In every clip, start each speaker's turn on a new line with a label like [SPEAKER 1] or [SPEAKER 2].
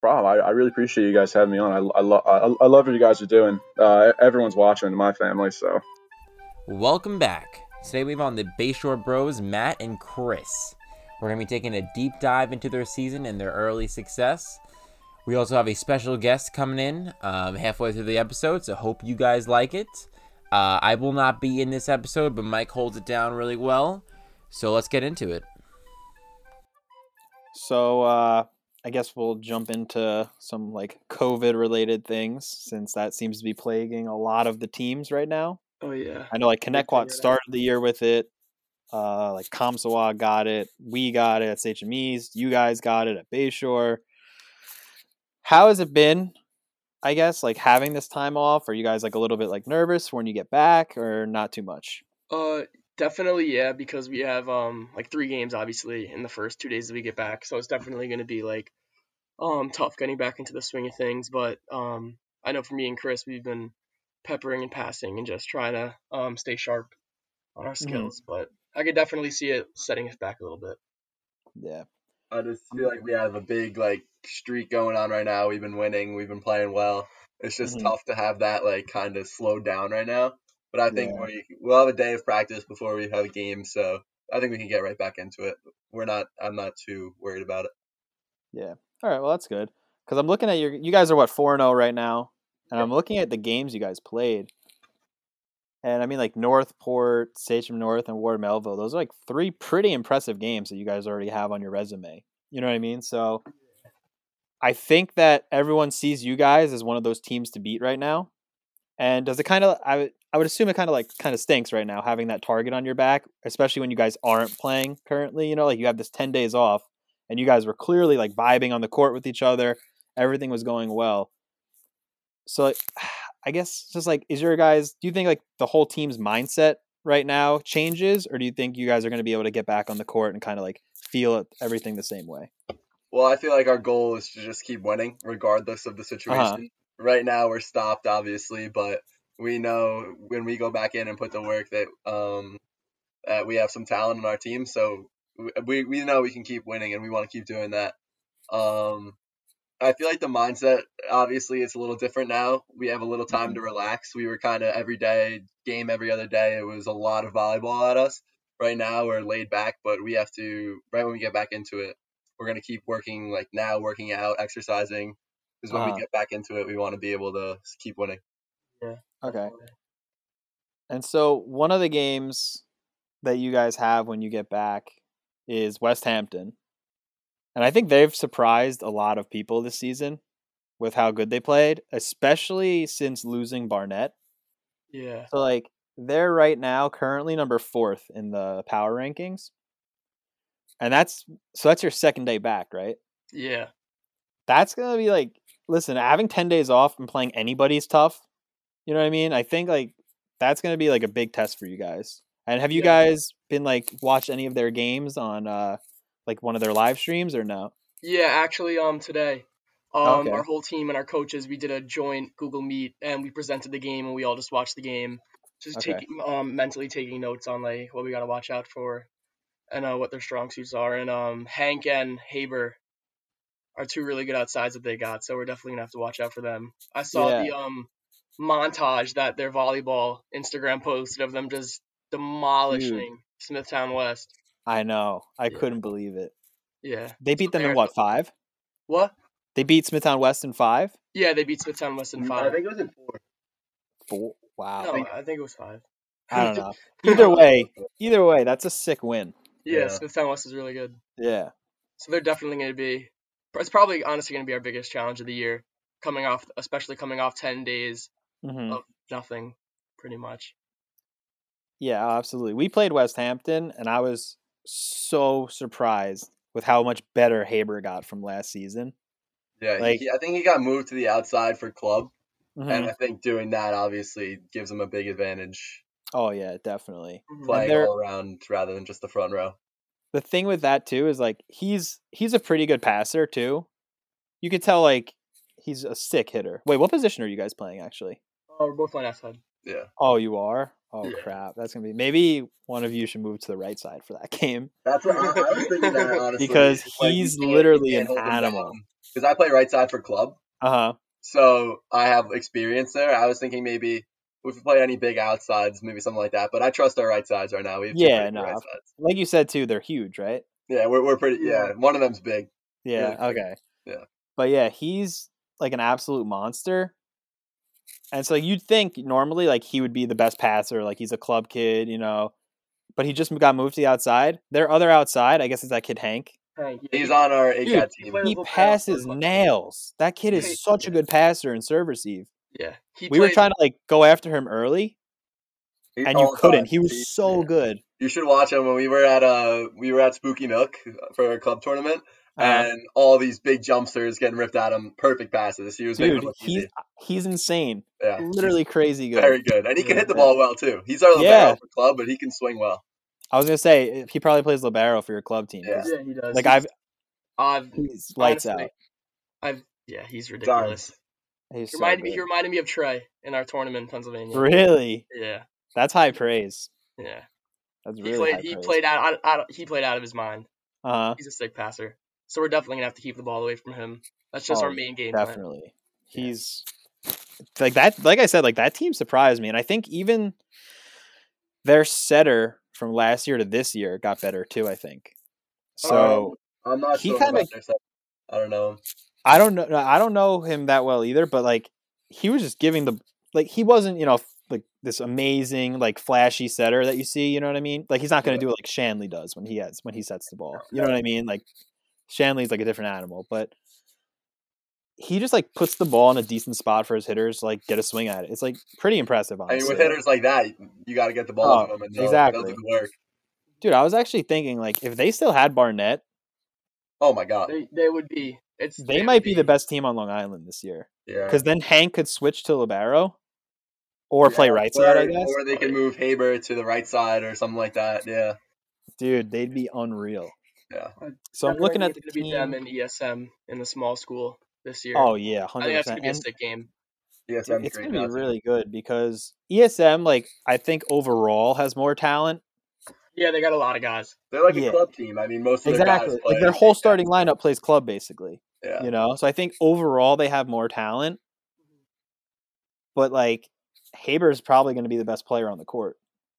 [SPEAKER 1] problem. I, I really appreciate you guys having me on. I, I, lo- I, I love what you guys are doing. Uh, everyone's watching in my family, so.
[SPEAKER 2] Welcome back. Today we have on the Bayshore Bros, Matt and Chris. We're going to be taking a deep dive into their season and their early success. We also have a special guest coming in um, halfway through the episode, so hope you guys like it. Uh, I will not be in this episode, but Mike holds it down really well. So let's get into it.
[SPEAKER 3] So uh, I guess we'll jump into some like COVID related things since that seems to be plaguing a lot of the teams right now.
[SPEAKER 4] Oh yeah.
[SPEAKER 3] I know like
[SPEAKER 4] We'll figure it
[SPEAKER 3] ConnectWatt
[SPEAKER 4] out.
[SPEAKER 3] started the year with it. Uh, like Comsawa got it. We got it at HMEs. You guys got it at Bayshore. How has it been? I guess like having this time off. Are you guys like a little bit like nervous when you get back, or not too much?
[SPEAKER 4] Uh, definitely yeah, because we have um like three games obviously in the first two days that we get back, so it's definitely gonna be like um tough getting back into the swing of things. But um, I know for me and Chris, we've been peppering and passing and just trying to um stay sharp on our skills. But I could definitely see it setting us back a little bit.
[SPEAKER 3] Yeah.
[SPEAKER 5] I just feel like we have a big like streak going on right now. We've been winning. We've been playing well. It's just
[SPEAKER 3] Mhm.
[SPEAKER 5] tough to have that like kind of slowed down right now. But I think
[SPEAKER 3] Yeah.
[SPEAKER 5] we we'll have a day of practice before we have a game, so I think we can get right back into it. We're not. I'm not too worried about it.
[SPEAKER 3] All right. Well, that's good because I'm looking at your. You guys are what four and zero right now, and I'm looking at the games you guys played. And I mean, like Northport, Sachem North, and Ward Melville. Those are like three pretty impressive games that you guys already have on your resume. You know what I mean? So, I think that everyone sees you guys as one of those teams to beat right now. And does it kind of? I would I would assume it kind of like kind of stinks right now having that target on your back, especially when you guys aren't playing currently. You know, like you have this ten days off and you guys were clearly like vibing on the court with each other. Everything was going well. So like, I guess just like is your guys do you think like the whole team's mindset right now changes or do you think you guys are going to be able to get back on the court and kind of like feel it, everything the same way?
[SPEAKER 5] Well, I feel like our goal is to just keep winning regardless of the situation. Right now, we're stopped, obviously, but we know when we go back in and put the work that um that we have some talent on our team. So we- we we know we can keep winning, and we want to keep doing that. Um, I feel like the mindset obviously it's a little different now. We have a little
[SPEAKER 3] Mm-hmm.
[SPEAKER 5] time to relax. We were kind of every day game every other day. It was a lot of volleyball at us. Right now, we're laid back, but we have to right when we get back into it we're gonna keep working like now working out exercising because when
[SPEAKER 3] Uh-huh.
[SPEAKER 5] we get back into it we want to be able to s- keep winning
[SPEAKER 3] Okay. And so one of the games that you guys have when you get back is West Hampton. And I think they've surprised a lot of people this season with how good they played, especially since losing Barnett.
[SPEAKER 4] Yeah.
[SPEAKER 3] So like they're right now currently number 4th in the power rankings. And that's so that's your second day back, right?
[SPEAKER 4] Yeah.
[SPEAKER 3] that's gonna be like listen having 10 days off and playing anybody's tough you know what i mean i think like that's gonna be like a big test for you guys and have you
[SPEAKER 4] Yeah.
[SPEAKER 3] guys been like watched any of their games on uh like one of their live streams or no
[SPEAKER 4] Yeah, actually, um, today, um,
[SPEAKER 3] Okay.
[SPEAKER 4] our whole team and our coaches, we did a joint Google Meet and we presented the game and we all just watched the game, just
[SPEAKER 3] Okay.
[SPEAKER 4] taking, um, mentally taking notes on like what we gotta watch out for, and uh, what their strong suits are. And um, Hank and Haber are two really good outsides that they got, so we're definitely gonna have to watch out for them. I saw
[SPEAKER 3] Yeah.
[SPEAKER 4] the um montage that their volleyball Instagram posted of them just demolishing Smithtown West.
[SPEAKER 3] i know i
[SPEAKER 4] Yeah.
[SPEAKER 3] couldn't believe it
[SPEAKER 4] Yeah.
[SPEAKER 3] they beat them in
[SPEAKER 4] embarrassing.
[SPEAKER 3] what five
[SPEAKER 4] What?
[SPEAKER 3] they beat smithtown west in five
[SPEAKER 4] Yeah, they beat Smithtown West in
[SPEAKER 5] i
[SPEAKER 4] five.
[SPEAKER 5] think it was in four
[SPEAKER 3] Four. wow
[SPEAKER 4] No, I think it was five.
[SPEAKER 3] i don't know either way either way that's a sick win
[SPEAKER 4] Yeah,
[SPEAKER 5] Yeah.
[SPEAKER 4] Smithtown West is really good.
[SPEAKER 3] yeah
[SPEAKER 4] So they're definitely going to be. It's probably honestly going to be our biggest challenge of the year, coming off, especially coming off ten days
[SPEAKER 3] hmm
[SPEAKER 4] of nothing, pretty much.
[SPEAKER 3] Yeah, oh, absolutely. We played West Hampton, and I was so surprised with how much better Haber got from last season.
[SPEAKER 5] yeah
[SPEAKER 3] Like-
[SPEAKER 5] he, i think he got moved to the outside for club and
[SPEAKER 3] Mhm.
[SPEAKER 5] i think doing that obviously gives him a big advantage
[SPEAKER 3] Oh yeah, definitely.
[SPEAKER 5] playing
[SPEAKER 3] they're-
[SPEAKER 5] all around rather than just the front row
[SPEAKER 3] The thing with that too is like he's he's a pretty good passer too. You could tell like he's a sick hitter. Wait, what position are you guys playing actually?
[SPEAKER 4] Oh, we're both on outside.
[SPEAKER 5] yeah
[SPEAKER 3] Oh, you are. Oh
[SPEAKER 4] Yeah.
[SPEAKER 3] crap, that's gonna be. Maybe one of you should move to the right side for that game
[SPEAKER 5] That's what I, I was thinking that honestly.
[SPEAKER 3] because he's literally an animal.
[SPEAKER 5] Because I play right side for club,
[SPEAKER 3] Uh huh.
[SPEAKER 5] so I have experience there. I was thinking maybe if we play any big outsides, maybe something like that. But I trust our right sides right now. We have two
[SPEAKER 3] Yeah,
[SPEAKER 5] pretty good
[SPEAKER 3] no.
[SPEAKER 5] right sides.
[SPEAKER 3] Like you said too, they're huge, right?
[SPEAKER 5] Yeah, we're we're pretty. Yeah, one of them's big.
[SPEAKER 3] Yeah.
[SPEAKER 5] Yeah.
[SPEAKER 3] Okay.
[SPEAKER 5] Yeah.
[SPEAKER 3] But yeah, he's like an absolute monster. And so you'd think normally like he would be the best passer, like he's a club kid, you know. But he just got moved to the outside. Their other outside, I guess, is that kid Hank.
[SPEAKER 4] Hank,
[SPEAKER 5] He's on our
[SPEAKER 3] Dude,
[SPEAKER 5] ACAT team.
[SPEAKER 4] plays-
[SPEAKER 3] He
[SPEAKER 4] Terrible passer.
[SPEAKER 3] passes nails. That kid
[SPEAKER 4] Yeah.
[SPEAKER 3] is such a good passer and serve receive.
[SPEAKER 4] Yeah, he
[SPEAKER 3] We were
[SPEAKER 4] played-
[SPEAKER 3] trying to like go after him early,
[SPEAKER 5] He's
[SPEAKER 3] and you
[SPEAKER 5] all
[SPEAKER 3] couldn't.
[SPEAKER 5] time.
[SPEAKER 3] He was so
[SPEAKER 5] yeah.
[SPEAKER 3] good.
[SPEAKER 5] You should watch him when we were at uh we were at Spooky Nook for our club tournament,
[SPEAKER 3] Uh,
[SPEAKER 5] and all these big jumpsters getting ripped at him. Perfect passes. He was making
[SPEAKER 3] dude,
[SPEAKER 5] them look
[SPEAKER 3] he's
[SPEAKER 5] easy.
[SPEAKER 3] he's insane.
[SPEAKER 5] Yeah,
[SPEAKER 3] Literally crazy good.
[SPEAKER 5] very good, and he can
[SPEAKER 3] Yeah,
[SPEAKER 5] hit the
[SPEAKER 3] yeah.
[SPEAKER 5] ball well too. He's our
[SPEAKER 3] Yeah.
[SPEAKER 5] yeah. club, but he can swing well.
[SPEAKER 3] I was gonna say eh, he probably plays libero for your club team.
[SPEAKER 5] Yeah.
[SPEAKER 3] 'cause,
[SPEAKER 4] Yeah, he does.
[SPEAKER 3] Like
[SPEAKER 4] He's-
[SPEAKER 3] I've
[SPEAKER 4] I've
[SPEAKER 3] he's lights
[SPEAKER 4] honestly,
[SPEAKER 3] out.
[SPEAKER 4] I've yeah, he's ridiculous.
[SPEAKER 3] He's
[SPEAKER 4] He
[SPEAKER 3] so
[SPEAKER 4] reminded me, he
[SPEAKER 3] good.
[SPEAKER 4] reminded me of Trey in our tournament in Pennsylvania.
[SPEAKER 3] Really,
[SPEAKER 4] Yeah,
[SPEAKER 3] that's high praise.
[SPEAKER 4] yeah.
[SPEAKER 3] That's
[SPEAKER 4] He
[SPEAKER 3] really
[SPEAKER 4] played.
[SPEAKER 3] high
[SPEAKER 4] He
[SPEAKER 3] praise.
[SPEAKER 4] played out, out, out. He played out of his mind.
[SPEAKER 3] Uh
[SPEAKER 4] He's a sick passer. So we're definitely gonna have to keep the ball away from him. That's just
[SPEAKER 3] Oh,
[SPEAKER 4] our main game
[SPEAKER 3] huh.
[SPEAKER 4] plan.
[SPEAKER 3] Definitely. He's like that. Like I said, like that team surprised me, and I think even their setter from last year to this year got better too. I think.
[SPEAKER 4] Oh,
[SPEAKER 3] So
[SPEAKER 5] I'm not
[SPEAKER 3] He
[SPEAKER 5] sure
[SPEAKER 3] kinda-
[SPEAKER 5] about their side. I don't know.
[SPEAKER 3] I don't know. I don't know him that well either, but like he was just giving the like he wasn't you know f- like this amazing like flashy setter that you see. You know what I mean? Like he's not going to do it like Shanley does when he has when he sets the ball. You know what I mean? Like Shanley's like a different animal, but he just like puts the ball in a decent spot for his hitters to, like get a swing at it. It's like pretty impressive,
[SPEAKER 5] I mean,
[SPEAKER 3] honestly.
[SPEAKER 5] with hitters like that, you got to get the ball
[SPEAKER 3] Oh,
[SPEAKER 5] to them, and they'll,
[SPEAKER 3] exactly.
[SPEAKER 5] they'll do the work.
[SPEAKER 3] Dude, I was actually thinking like if they still had Barnett,
[SPEAKER 5] Oh my god.
[SPEAKER 4] They, they would be. It's
[SPEAKER 3] they
[SPEAKER 4] would
[SPEAKER 3] might be the best team on Long Island this year
[SPEAKER 5] Yeah.
[SPEAKER 3] because then Hank could switch to libero or play
[SPEAKER 5] Yeah,
[SPEAKER 3] right side.
[SPEAKER 5] or,
[SPEAKER 3] I guess.
[SPEAKER 5] Or they can move Haber to the right side or something like that. Yeah.
[SPEAKER 3] dude they'd be unreal
[SPEAKER 5] Yeah.
[SPEAKER 3] so i'm looking at the
[SPEAKER 4] Definitely
[SPEAKER 3] team.
[SPEAKER 4] gonna be them in ESM in the small school this year.
[SPEAKER 3] oh yeah
[SPEAKER 4] I think
[SPEAKER 3] 100%
[SPEAKER 4] that's gonna be a
[SPEAKER 3] and
[SPEAKER 4] sick game.
[SPEAKER 5] Yes,
[SPEAKER 3] dude,
[SPEAKER 5] I'm
[SPEAKER 3] it's
[SPEAKER 5] great
[SPEAKER 3] going to be
[SPEAKER 5] now.
[SPEAKER 3] really good because esm like i think overall has more talent
[SPEAKER 4] Yeah, they got a lot of guys.
[SPEAKER 5] They're like
[SPEAKER 3] yeah.
[SPEAKER 5] a club team. I mean, most of their guys
[SPEAKER 3] exactly
[SPEAKER 5] play.
[SPEAKER 3] like their whole
[SPEAKER 5] yeah,
[SPEAKER 3] starting lineup plays club basically
[SPEAKER 5] Yeah.
[SPEAKER 3] you know so i think overall they have more talent but like haber's probably going to be the best player on the court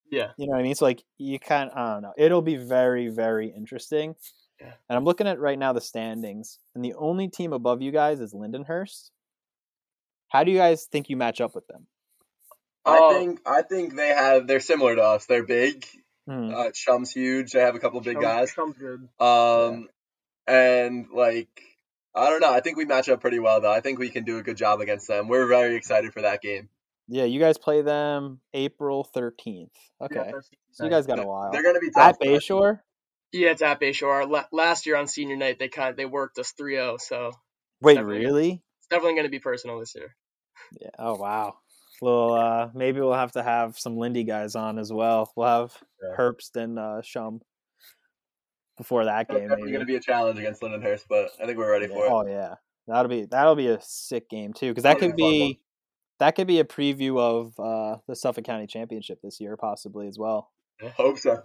[SPEAKER 4] Yeah.
[SPEAKER 3] you know what i mean so like you kind of i don't know it'll be very very interesting
[SPEAKER 4] Yeah.
[SPEAKER 3] and i'm looking at right now the standings and the only team above you guys is lindenhurst how do you guys think you match up with them
[SPEAKER 5] I
[SPEAKER 4] Oh.
[SPEAKER 5] think I think they have. They're similar to us. They're big.
[SPEAKER 3] Hmm.
[SPEAKER 5] Uh, Chum's huge. They have a couple big
[SPEAKER 4] Some-
[SPEAKER 5] guys.
[SPEAKER 4] some good.
[SPEAKER 5] Um, and like I don't know. I think we match up pretty well though. I think we can do a good job against them. We're very excited for that game.
[SPEAKER 3] Yeah, you guys play them April 13th. Okay.
[SPEAKER 4] Yeah, that's-
[SPEAKER 3] so you guys got a
[SPEAKER 5] They're-
[SPEAKER 3] while.
[SPEAKER 5] They're gonna be tough.
[SPEAKER 3] At Bayshore?
[SPEAKER 4] Yeah, it's at Bayshore. La- last year on senior night, they kind they worked us 3-0, so
[SPEAKER 3] Wait,
[SPEAKER 4] Definitely.
[SPEAKER 3] really?
[SPEAKER 4] it's definitely going to be personal this year.
[SPEAKER 3] Yeah. Oh, wow. Well, uh, maybe we'll have to have some Lindy guys on as well. We'll have
[SPEAKER 5] Yeah.
[SPEAKER 3] Herbst and uh, Shum before that
[SPEAKER 5] It's
[SPEAKER 3] game.
[SPEAKER 5] definitely
[SPEAKER 3] Maybe.
[SPEAKER 5] gonna be a challenge against Lindenhurst, but I think we're ready
[SPEAKER 3] Yeah.
[SPEAKER 5] for it.
[SPEAKER 3] Oh yeah, that'll be that'll be a sick game too because that
[SPEAKER 5] That'll
[SPEAKER 3] could
[SPEAKER 5] be a fun one.
[SPEAKER 3] be that could be a preview of uh, the Suffolk County Championship this year possibly as well.
[SPEAKER 5] Hope so.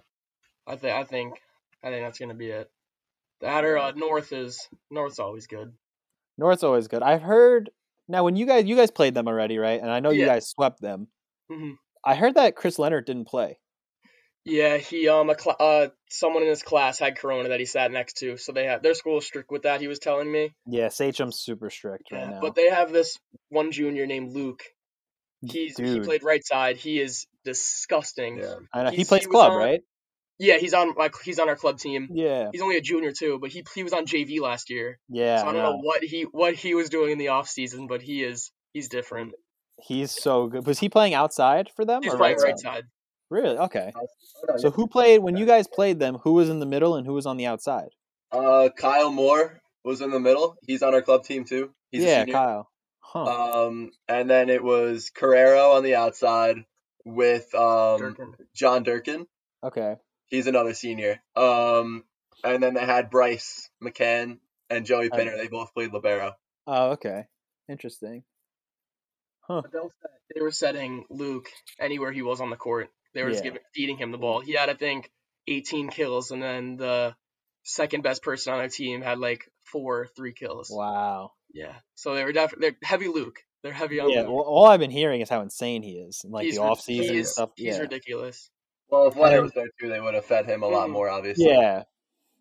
[SPEAKER 4] I think I think I think that's going to be it. That or uh, North is North's always good.
[SPEAKER 3] North's always good. I've heard now when you guys you guys played them already, right? And I know you
[SPEAKER 4] Yeah.
[SPEAKER 3] guys swept them.
[SPEAKER 4] Mhm.
[SPEAKER 3] I heard that Chris Leonard didn't play.
[SPEAKER 4] Yeah, he um a cl- uh someone in his class had corona that he sat next to, so they have their school is strict with that. He was telling me,
[SPEAKER 3] Yeah, Sachem's super strict right
[SPEAKER 4] Yeah,
[SPEAKER 3] now.
[SPEAKER 4] but they have this one junior named Luke. He's he
[SPEAKER 3] Dude.
[SPEAKER 4] played right side. He is disgusting.
[SPEAKER 5] Yeah.
[SPEAKER 3] I know he
[SPEAKER 4] he's-
[SPEAKER 3] plays
[SPEAKER 4] he was
[SPEAKER 3] club,
[SPEAKER 4] on-
[SPEAKER 3] right?
[SPEAKER 4] Yeah, he's on my he's on our club team.
[SPEAKER 3] Yeah,
[SPEAKER 4] He's only a junior too, but he he was on JV last year.
[SPEAKER 3] yeah.
[SPEAKER 4] so I
[SPEAKER 3] I
[SPEAKER 4] don't know
[SPEAKER 3] know.
[SPEAKER 4] what he what he was doing in the off season, but he is he's different.
[SPEAKER 3] He's so good. Was he playing outside for them
[SPEAKER 4] He's
[SPEAKER 3] or
[SPEAKER 4] playing
[SPEAKER 3] right,
[SPEAKER 4] right
[SPEAKER 3] side?
[SPEAKER 4] side. Uh,
[SPEAKER 3] Really? Okay.
[SPEAKER 5] Oh, no,
[SPEAKER 3] So who played when you guys played them? Who was in the middle and who was on the outside?
[SPEAKER 5] Uh, Kyle Moore was in the middle. He's on our club team too. He's
[SPEAKER 3] yeah,
[SPEAKER 5] a junior.
[SPEAKER 3] Kyle. Huh.
[SPEAKER 4] Uh,
[SPEAKER 5] Um, and then it was Carrero on the outside with um
[SPEAKER 4] Durkin.
[SPEAKER 5] John Durkin.
[SPEAKER 3] okay.
[SPEAKER 5] He's another senior. Um, and then they had Bryce McCann and Joey Pinner. They both played libero.
[SPEAKER 3] Oh, okay. Interesting.
[SPEAKER 4] They were setting Luke anywhere he was on the court. They were just
[SPEAKER 3] Yeah.
[SPEAKER 4] giving, feeding him the ball. He had, I think, 18 kills, and then the second best person on their team had like four, or three kills.
[SPEAKER 3] Wow.
[SPEAKER 4] Yeah. So they were definitely they're heavy Luke. They're heavy on
[SPEAKER 3] Yeah.
[SPEAKER 4] Luke.
[SPEAKER 3] Well, all I've been hearing is how insane he is, and like
[SPEAKER 4] He's
[SPEAKER 3] the
[SPEAKER 4] rid-
[SPEAKER 3] off season
[SPEAKER 4] he
[SPEAKER 3] and
[SPEAKER 4] is-
[SPEAKER 3] stuff.
[SPEAKER 4] He's
[SPEAKER 3] Yeah.
[SPEAKER 4] ridiculous.
[SPEAKER 5] Well, if Leonard was there too, they would have fed him a lot
[SPEAKER 4] Mhm.
[SPEAKER 5] more, obviously.
[SPEAKER 3] Mm-hmm. Yeah.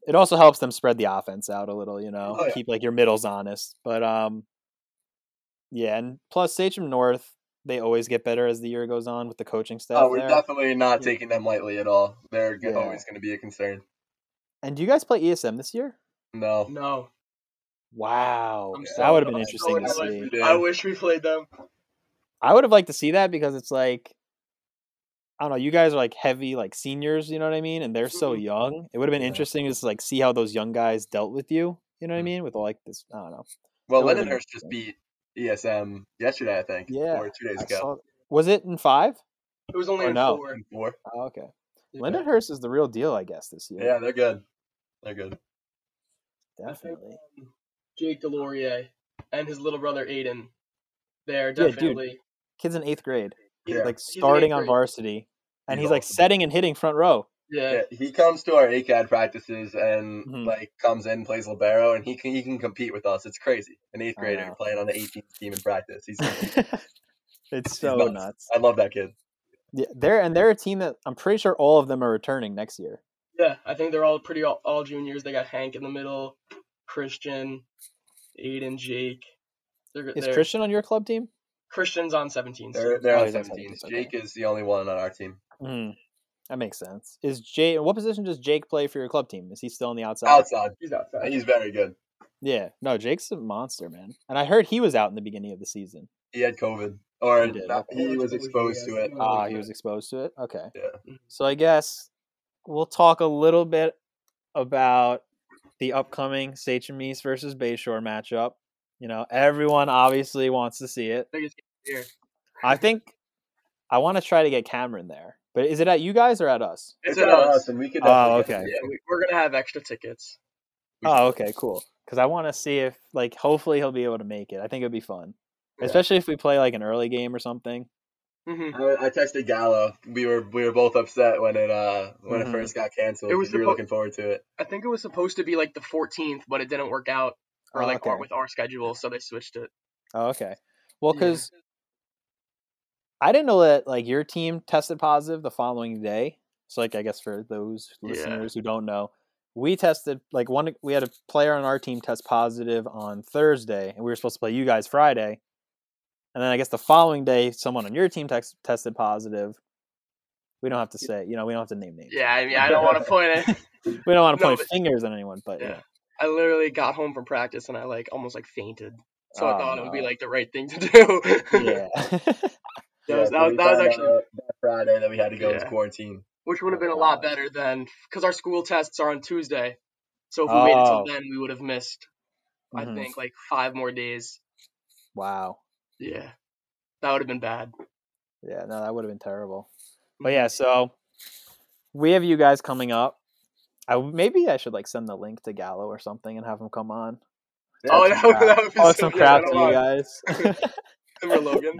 [SPEAKER 3] It also helps them spread the offense out a little, you know,
[SPEAKER 5] Oh, yeah.
[SPEAKER 3] keep like your middles honest. But um, yeah, and plus Sachem North, they always get better as the year goes on with the coaching staff
[SPEAKER 5] Oh, we're
[SPEAKER 3] there.
[SPEAKER 5] definitely not
[SPEAKER 3] Yeah.
[SPEAKER 5] taking them lightly at all. They're g
[SPEAKER 3] Yeah.
[SPEAKER 5] always going to be a concern.
[SPEAKER 3] and do you guys play ESM this year?
[SPEAKER 5] No.
[SPEAKER 4] No,
[SPEAKER 3] Wow,
[SPEAKER 4] I'm
[SPEAKER 3] that
[SPEAKER 4] so
[SPEAKER 3] would have been
[SPEAKER 4] I'm so
[SPEAKER 3] interesting to
[SPEAKER 4] annoyed.
[SPEAKER 3] see.
[SPEAKER 5] see.
[SPEAKER 4] I wish we played them.
[SPEAKER 3] I would have liked to see that because it's like I don't know, you guys are like heavy like seniors, you know what I mean? And they're so
[SPEAKER 4] Mhm.
[SPEAKER 3] young. It would have been
[SPEAKER 5] Mm-hmm. Yeah. Mm.
[SPEAKER 3] interesting to just like see how those young guys dealt with you. You know what I mean? With like this I don't know.
[SPEAKER 5] Well,
[SPEAKER 3] That would've been
[SPEAKER 5] Lindenhurst just beat ESM yesterday, I think.
[SPEAKER 3] Yeah,
[SPEAKER 5] Or two days
[SPEAKER 3] I
[SPEAKER 5] ago.
[SPEAKER 3] saw- was it in five?
[SPEAKER 4] It was only
[SPEAKER 3] Or
[SPEAKER 4] in
[SPEAKER 3] no.
[SPEAKER 4] four.
[SPEAKER 5] In Four.
[SPEAKER 3] Oh, okay.
[SPEAKER 4] Yeah.
[SPEAKER 3] Lindenhurst is the real deal, I guess, this year.
[SPEAKER 5] Yeah, they're good. They're good.
[SPEAKER 3] Definitely.
[SPEAKER 4] Um, Jake Delorier and his little brother Aiden. They're
[SPEAKER 3] dude.
[SPEAKER 4] definitely
[SPEAKER 3] Kids in eighth grade.
[SPEAKER 5] Yeah.
[SPEAKER 3] Like
[SPEAKER 4] in eighth
[SPEAKER 3] starting on
[SPEAKER 4] grade.
[SPEAKER 3] varsity. And
[SPEAKER 5] He's
[SPEAKER 3] he's, like
[SPEAKER 5] awesome.
[SPEAKER 3] setting and hitting front row.
[SPEAKER 4] yeah.
[SPEAKER 5] Yeah, he comes to our ACAD practices and
[SPEAKER 3] Mhm.
[SPEAKER 5] like comes in, plays libero, and he can he can compete with us. It's crazy. An eighth
[SPEAKER 3] I
[SPEAKER 5] grader
[SPEAKER 3] know.
[SPEAKER 5] playing on the 18th team in practice. He's
[SPEAKER 3] it's so
[SPEAKER 5] nuts.
[SPEAKER 3] nuts.
[SPEAKER 5] I love that kid.
[SPEAKER 3] Yeah, they're and they're a team that I'm pretty sure all of them are returning next year.
[SPEAKER 4] Yeah, I think they're all pretty all, all juniors. They got Hank in the middle, Christian, Aiden, Jake. They're,
[SPEAKER 3] Is
[SPEAKER 4] they're-
[SPEAKER 3] Christian on your club team?
[SPEAKER 4] Christian's on 17. so-
[SPEAKER 5] They're they're
[SPEAKER 3] Oh,
[SPEAKER 5] on
[SPEAKER 3] he's on
[SPEAKER 5] 17.
[SPEAKER 3] 17s, okay.
[SPEAKER 5] Jake is the only one on our team.
[SPEAKER 3] Mm, that makes sense. Is Jake? What position does Jake play for your club team? Is he still on the outside?
[SPEAKER 5] Outside,
[SPEAKER 4] He's outside.
[SPEAKER 5] he's very good.
[SPEAKER 3] Yeah. No, Jake's a monster, man. And I heard he was out in the beginning of the season.
[SPEAKER 5] He had COVID, or
[SPEAKER 3] He did,
[SPEAKER 5] not-
[SPEAKER 3] okay.
[SPEAKER 5] he was exposed to it.
[SPEAKER 3] Ah,
[SPEAKER 4] Okay.
[SPEAKER 3] he was exposed to it. Okay.
[SPEAKER 5] Yeah.
[SPEAKER 3] So I guess we'll talk a little bit about the upcoming Sachem East versus Bayshore matchup. You know, everyone obviously wants to see it.
[SPEAKER 4] Biggest game here.
[SPEAKER 3] I think I want to try to get Cameron there. But is it at you guys or at us?
[SPEAKER 5] It's
[SPEAKER 4] It's
[SPEAKER 5] on
[SPEAKER 4] on us.
[SPEAKER 5] us, and we could.
[SPEAKER 3] Oh,
[SPEAKER 5] definitely get
[SPEAKER 3] okay.
[SPEAKER 5] it.
[SPEAKER 4] Yeah, we, we're gonna have extra tickets.
[SPEAKER 3] Oh, okay, cool. Because I want to see if, like, hopefully he'll be able to make it. I think it'd be fun, especially if we play like an early game or something.
[SPEAKER 4] hmm
[SPEAKER 5] I, I texted Gallo. We were we were both upset when it uh when
[SPEAKER 3] Mhm.
[SPEAKER 5] it first got canceled.
[SPEAKER 4] It was
[SPEAKER 5] we were
[SPEAKER 4] suppo-
[SPEAKER 5] looking forward to it.
[SPEAKER 4] I think it was supposed to be like the 14th, but it didn't work out, or
[SPEAKER 3] Oh,
[SPEAKER 4] like our-
[SPEAKER 3] okay.
[SPEAKER 4] with our schedule, so they switched it.
[SPEAKER 3] Oh, okay. Well,
[SPEAKER 4] Yeah.
[SPEAKER 3] because I didn't know that like your team tested positive the following day. So, like, I guess for those
[SPEAKER 4] Yeah.
[SPEAKER 3] listeners who don't know, we tested like one. We had a player on our team test positive on Thursday, and we were supposed to play you guys Friday. And then I guess the following day, someone on your team tex- tested positive. We don't have to say, you know, we don't have to name names.
[SPEAKER 4] Yeah, I mean, I don't want to point it.
[SPEAKER 3] We don't want to
[SPEAKER 4] No,
[SPEAKER 3] point
[SPEAKER 4] but-
[SPEAKER 3] fingers at anyone, but
[SPEAKER 4] Yeah.
[SPEAKER 3] yeah.
[SPEAKER 4] I literally got home from practice and I like almost like fainted. So I
[SPEAKER 3] Oh,
[SPEAKER 4] thought it would be
[SPEAKER 3] no.
[SPEAKER 4] like the right thing to do.
[SPEAKER 3] yeah.
[SPEAKER 4] That
[SPEAKER 5] Yeah,
[SPEAKER 4] was-
[SPEAKER 5] so
[SPEAKER 4] that was-
[SPEAKER 5] we
[SPEAKER 4] that was
[SPEAKER 5] found
[SPEAKER 4] actually-
[SPEAKER 5] out that Friday that we had to go into
[SPEAKER 4] Yeah.
[SPEAKER 5] quarantine.
[SPEAKER 4] which would have been a
[SPEAKER 3] Oh,
[SPEAKER 4] lot
[SPEAKER 3] gosh.
[SPEAKER 4] better than because our school tests are on Tuesday. So if we waited
[SPEAKER 3] Oh.
[SPEAKER 4] till then, we would have missed, I
[SPEAKER 3] Mhm.
[SPEAKER 4] think, like five more days.
[SPEAKER 3] Wow.
[SPEAKER 4] Yeah, that would have been bad.
[SPEAKER 3] Yeah, no, that would have been terrible. But yeah, so we have you guys coming up. I w- maybe I should like send the link to Gallo or something and have him come on.
[SPEAKER 4] oh,
[SPEAKER 5] That's-
[SPEAKER 4] that would, that would be
[SPEAKER 3] Oh,
[SPEAKER 4] so
[SPEAKER 3] some
[SPEAKER 4] good.
[SPEAKER 3] crap
[SPEAKER 4] I
[SPEAKER 3] to
[SPEAKER 4] don't
[SPEAKER 3] you
[SPEAKER 4] want
[SPEAKER 3] guys.
[SPEAKER 4] him or Logan.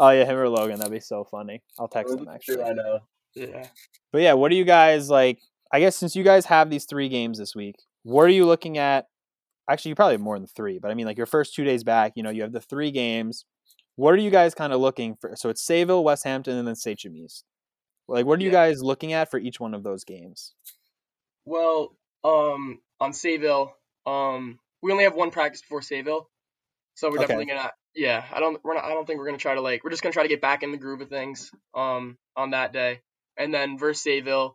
[SPEAKER 3] oh yeah, him or Logan, that'd be so funny. I'll text him actually.
[SPEAKER 5] I know.
[SPEAKER 4] Yeah.
[SPEAKER 3] But yeah, what are you guys like? I guess since you guys have these three games this week, what are you looking at? Actually, you probably have more than three, but I mean, like your first two days back, you know, you have the three games. What are you guys kind of looking for? So it's Sayville, West Hampton, and then Sachem East. Like, what are you
[SPEAKER 4] Yeah.
[SPEAKER 3] guys looking at for each one of those games?
[SPEAKER 4] Well, um, on Sayville, um, we only have one practice before Sayville, so we're
[SPEAKER 3] Okay.
[SPEAKER 4] definitely gonna. Yeah, I don't. We're not. I don't think we're gonna try to like. We're just gonna try to get back in the groove of things. Um, on that day, and then versus Sayville,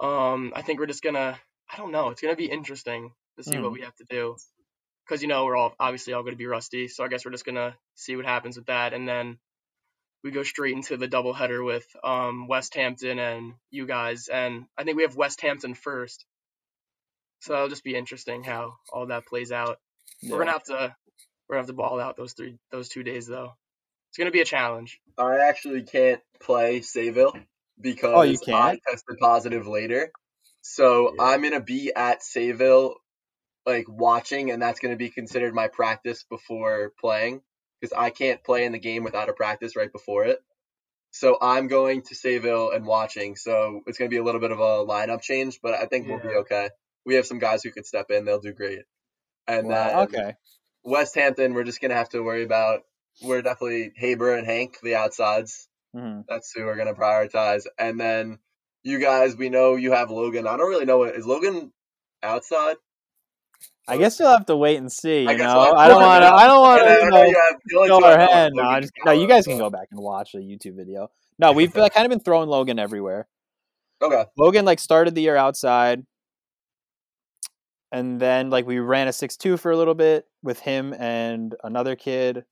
[SPEAKER 4] um, I think we're just gonna. I don't know. It's gonna be interesting to see what
[SPEAKER 3] Mm.
[SPEAKER 4] we have to do, because you know we're all obviously all gonna be rusty. So I guess we're just gonna see what happens with that, and then we go straight into the doubleheader with um, West Hampton and you guys, and I think we have West Hampton first. So that'll just be interesting how all that plays out. We're gonna have to we're gonna have to ball out those three those two days though. It's gonna be a challenge.
[SPEAKER 5] I actually can't play Sayville because I
[SPEAKER 3] Oh, can't?
[SPEAKER 5] tested positive later. So
[SPEAKER 3] Yeah.
[SPEAKER 5] I'm gonna be at Sayville, like watching, and that's gonna be considered my practice before playing because I can't play in the game without a practice right before it. So I'm going to Sayville and watching. So it's going to be a little bit of a lineup change, but I think we'll be
[SPEAKER 4] Yeah.
[SPEAKER 5] okay. We have some guys who could step in; they'll do great. And
[SPEAKER 3] Wow,
[SPEAKER 5] then
[SPEAKER 3] okay.
[SPEAKER 5] West Hampton, we're just going to have to worry about. We're definitely Haber and Hank, the outsides.
[SPEAKER 3] hmm
[SPEAKER 5] That's who we're going to prioritize. And then you guys, we know you have Logan. I don't really know what is Logan outside.
[SPEAKER 3] I guess you'll have to wait and see. You
[SPEAKER 5] I guess
[SPEAKER 3] know,
[SPEAKER 5] we'll have to
[SPEAKER 3] I don't
[SPEAKER 5] wait
[SPEAKER 3] want
[SPEAKER 5] and
[SPEAKER 3] to.
[SPEAKER 5] see.
[SPEAKER 3] I don't want
[SPEAKER 5] And
[SPEAKER 3] to.
[SPEAKER 5] I
[SPEAKER 3] You know,
[SPEAKER 5] don't know you have the only
[SPEAKER 3] show
[SPEAKER 5] two I
[SPEAKER 3] our
[SPEAKER 5] know is
[SPEAKER 3] hand. No,
[SPEAKER 5] Logan
[SPEAKER 3] I just, no, you
[SPEAKER 5] Cowher,
[SPEAKER 3] guys can
[SPEAKER 5] so-
[SPEAKER 3] go back and watch the YouTube video. No, we've uh, kind of been throwing Logan everywhere.
[SPEAKER 5] Okay.
[SPEAKER 3] Logan like started the year outside, and then like we ran a six two for a little bit with him and another kid,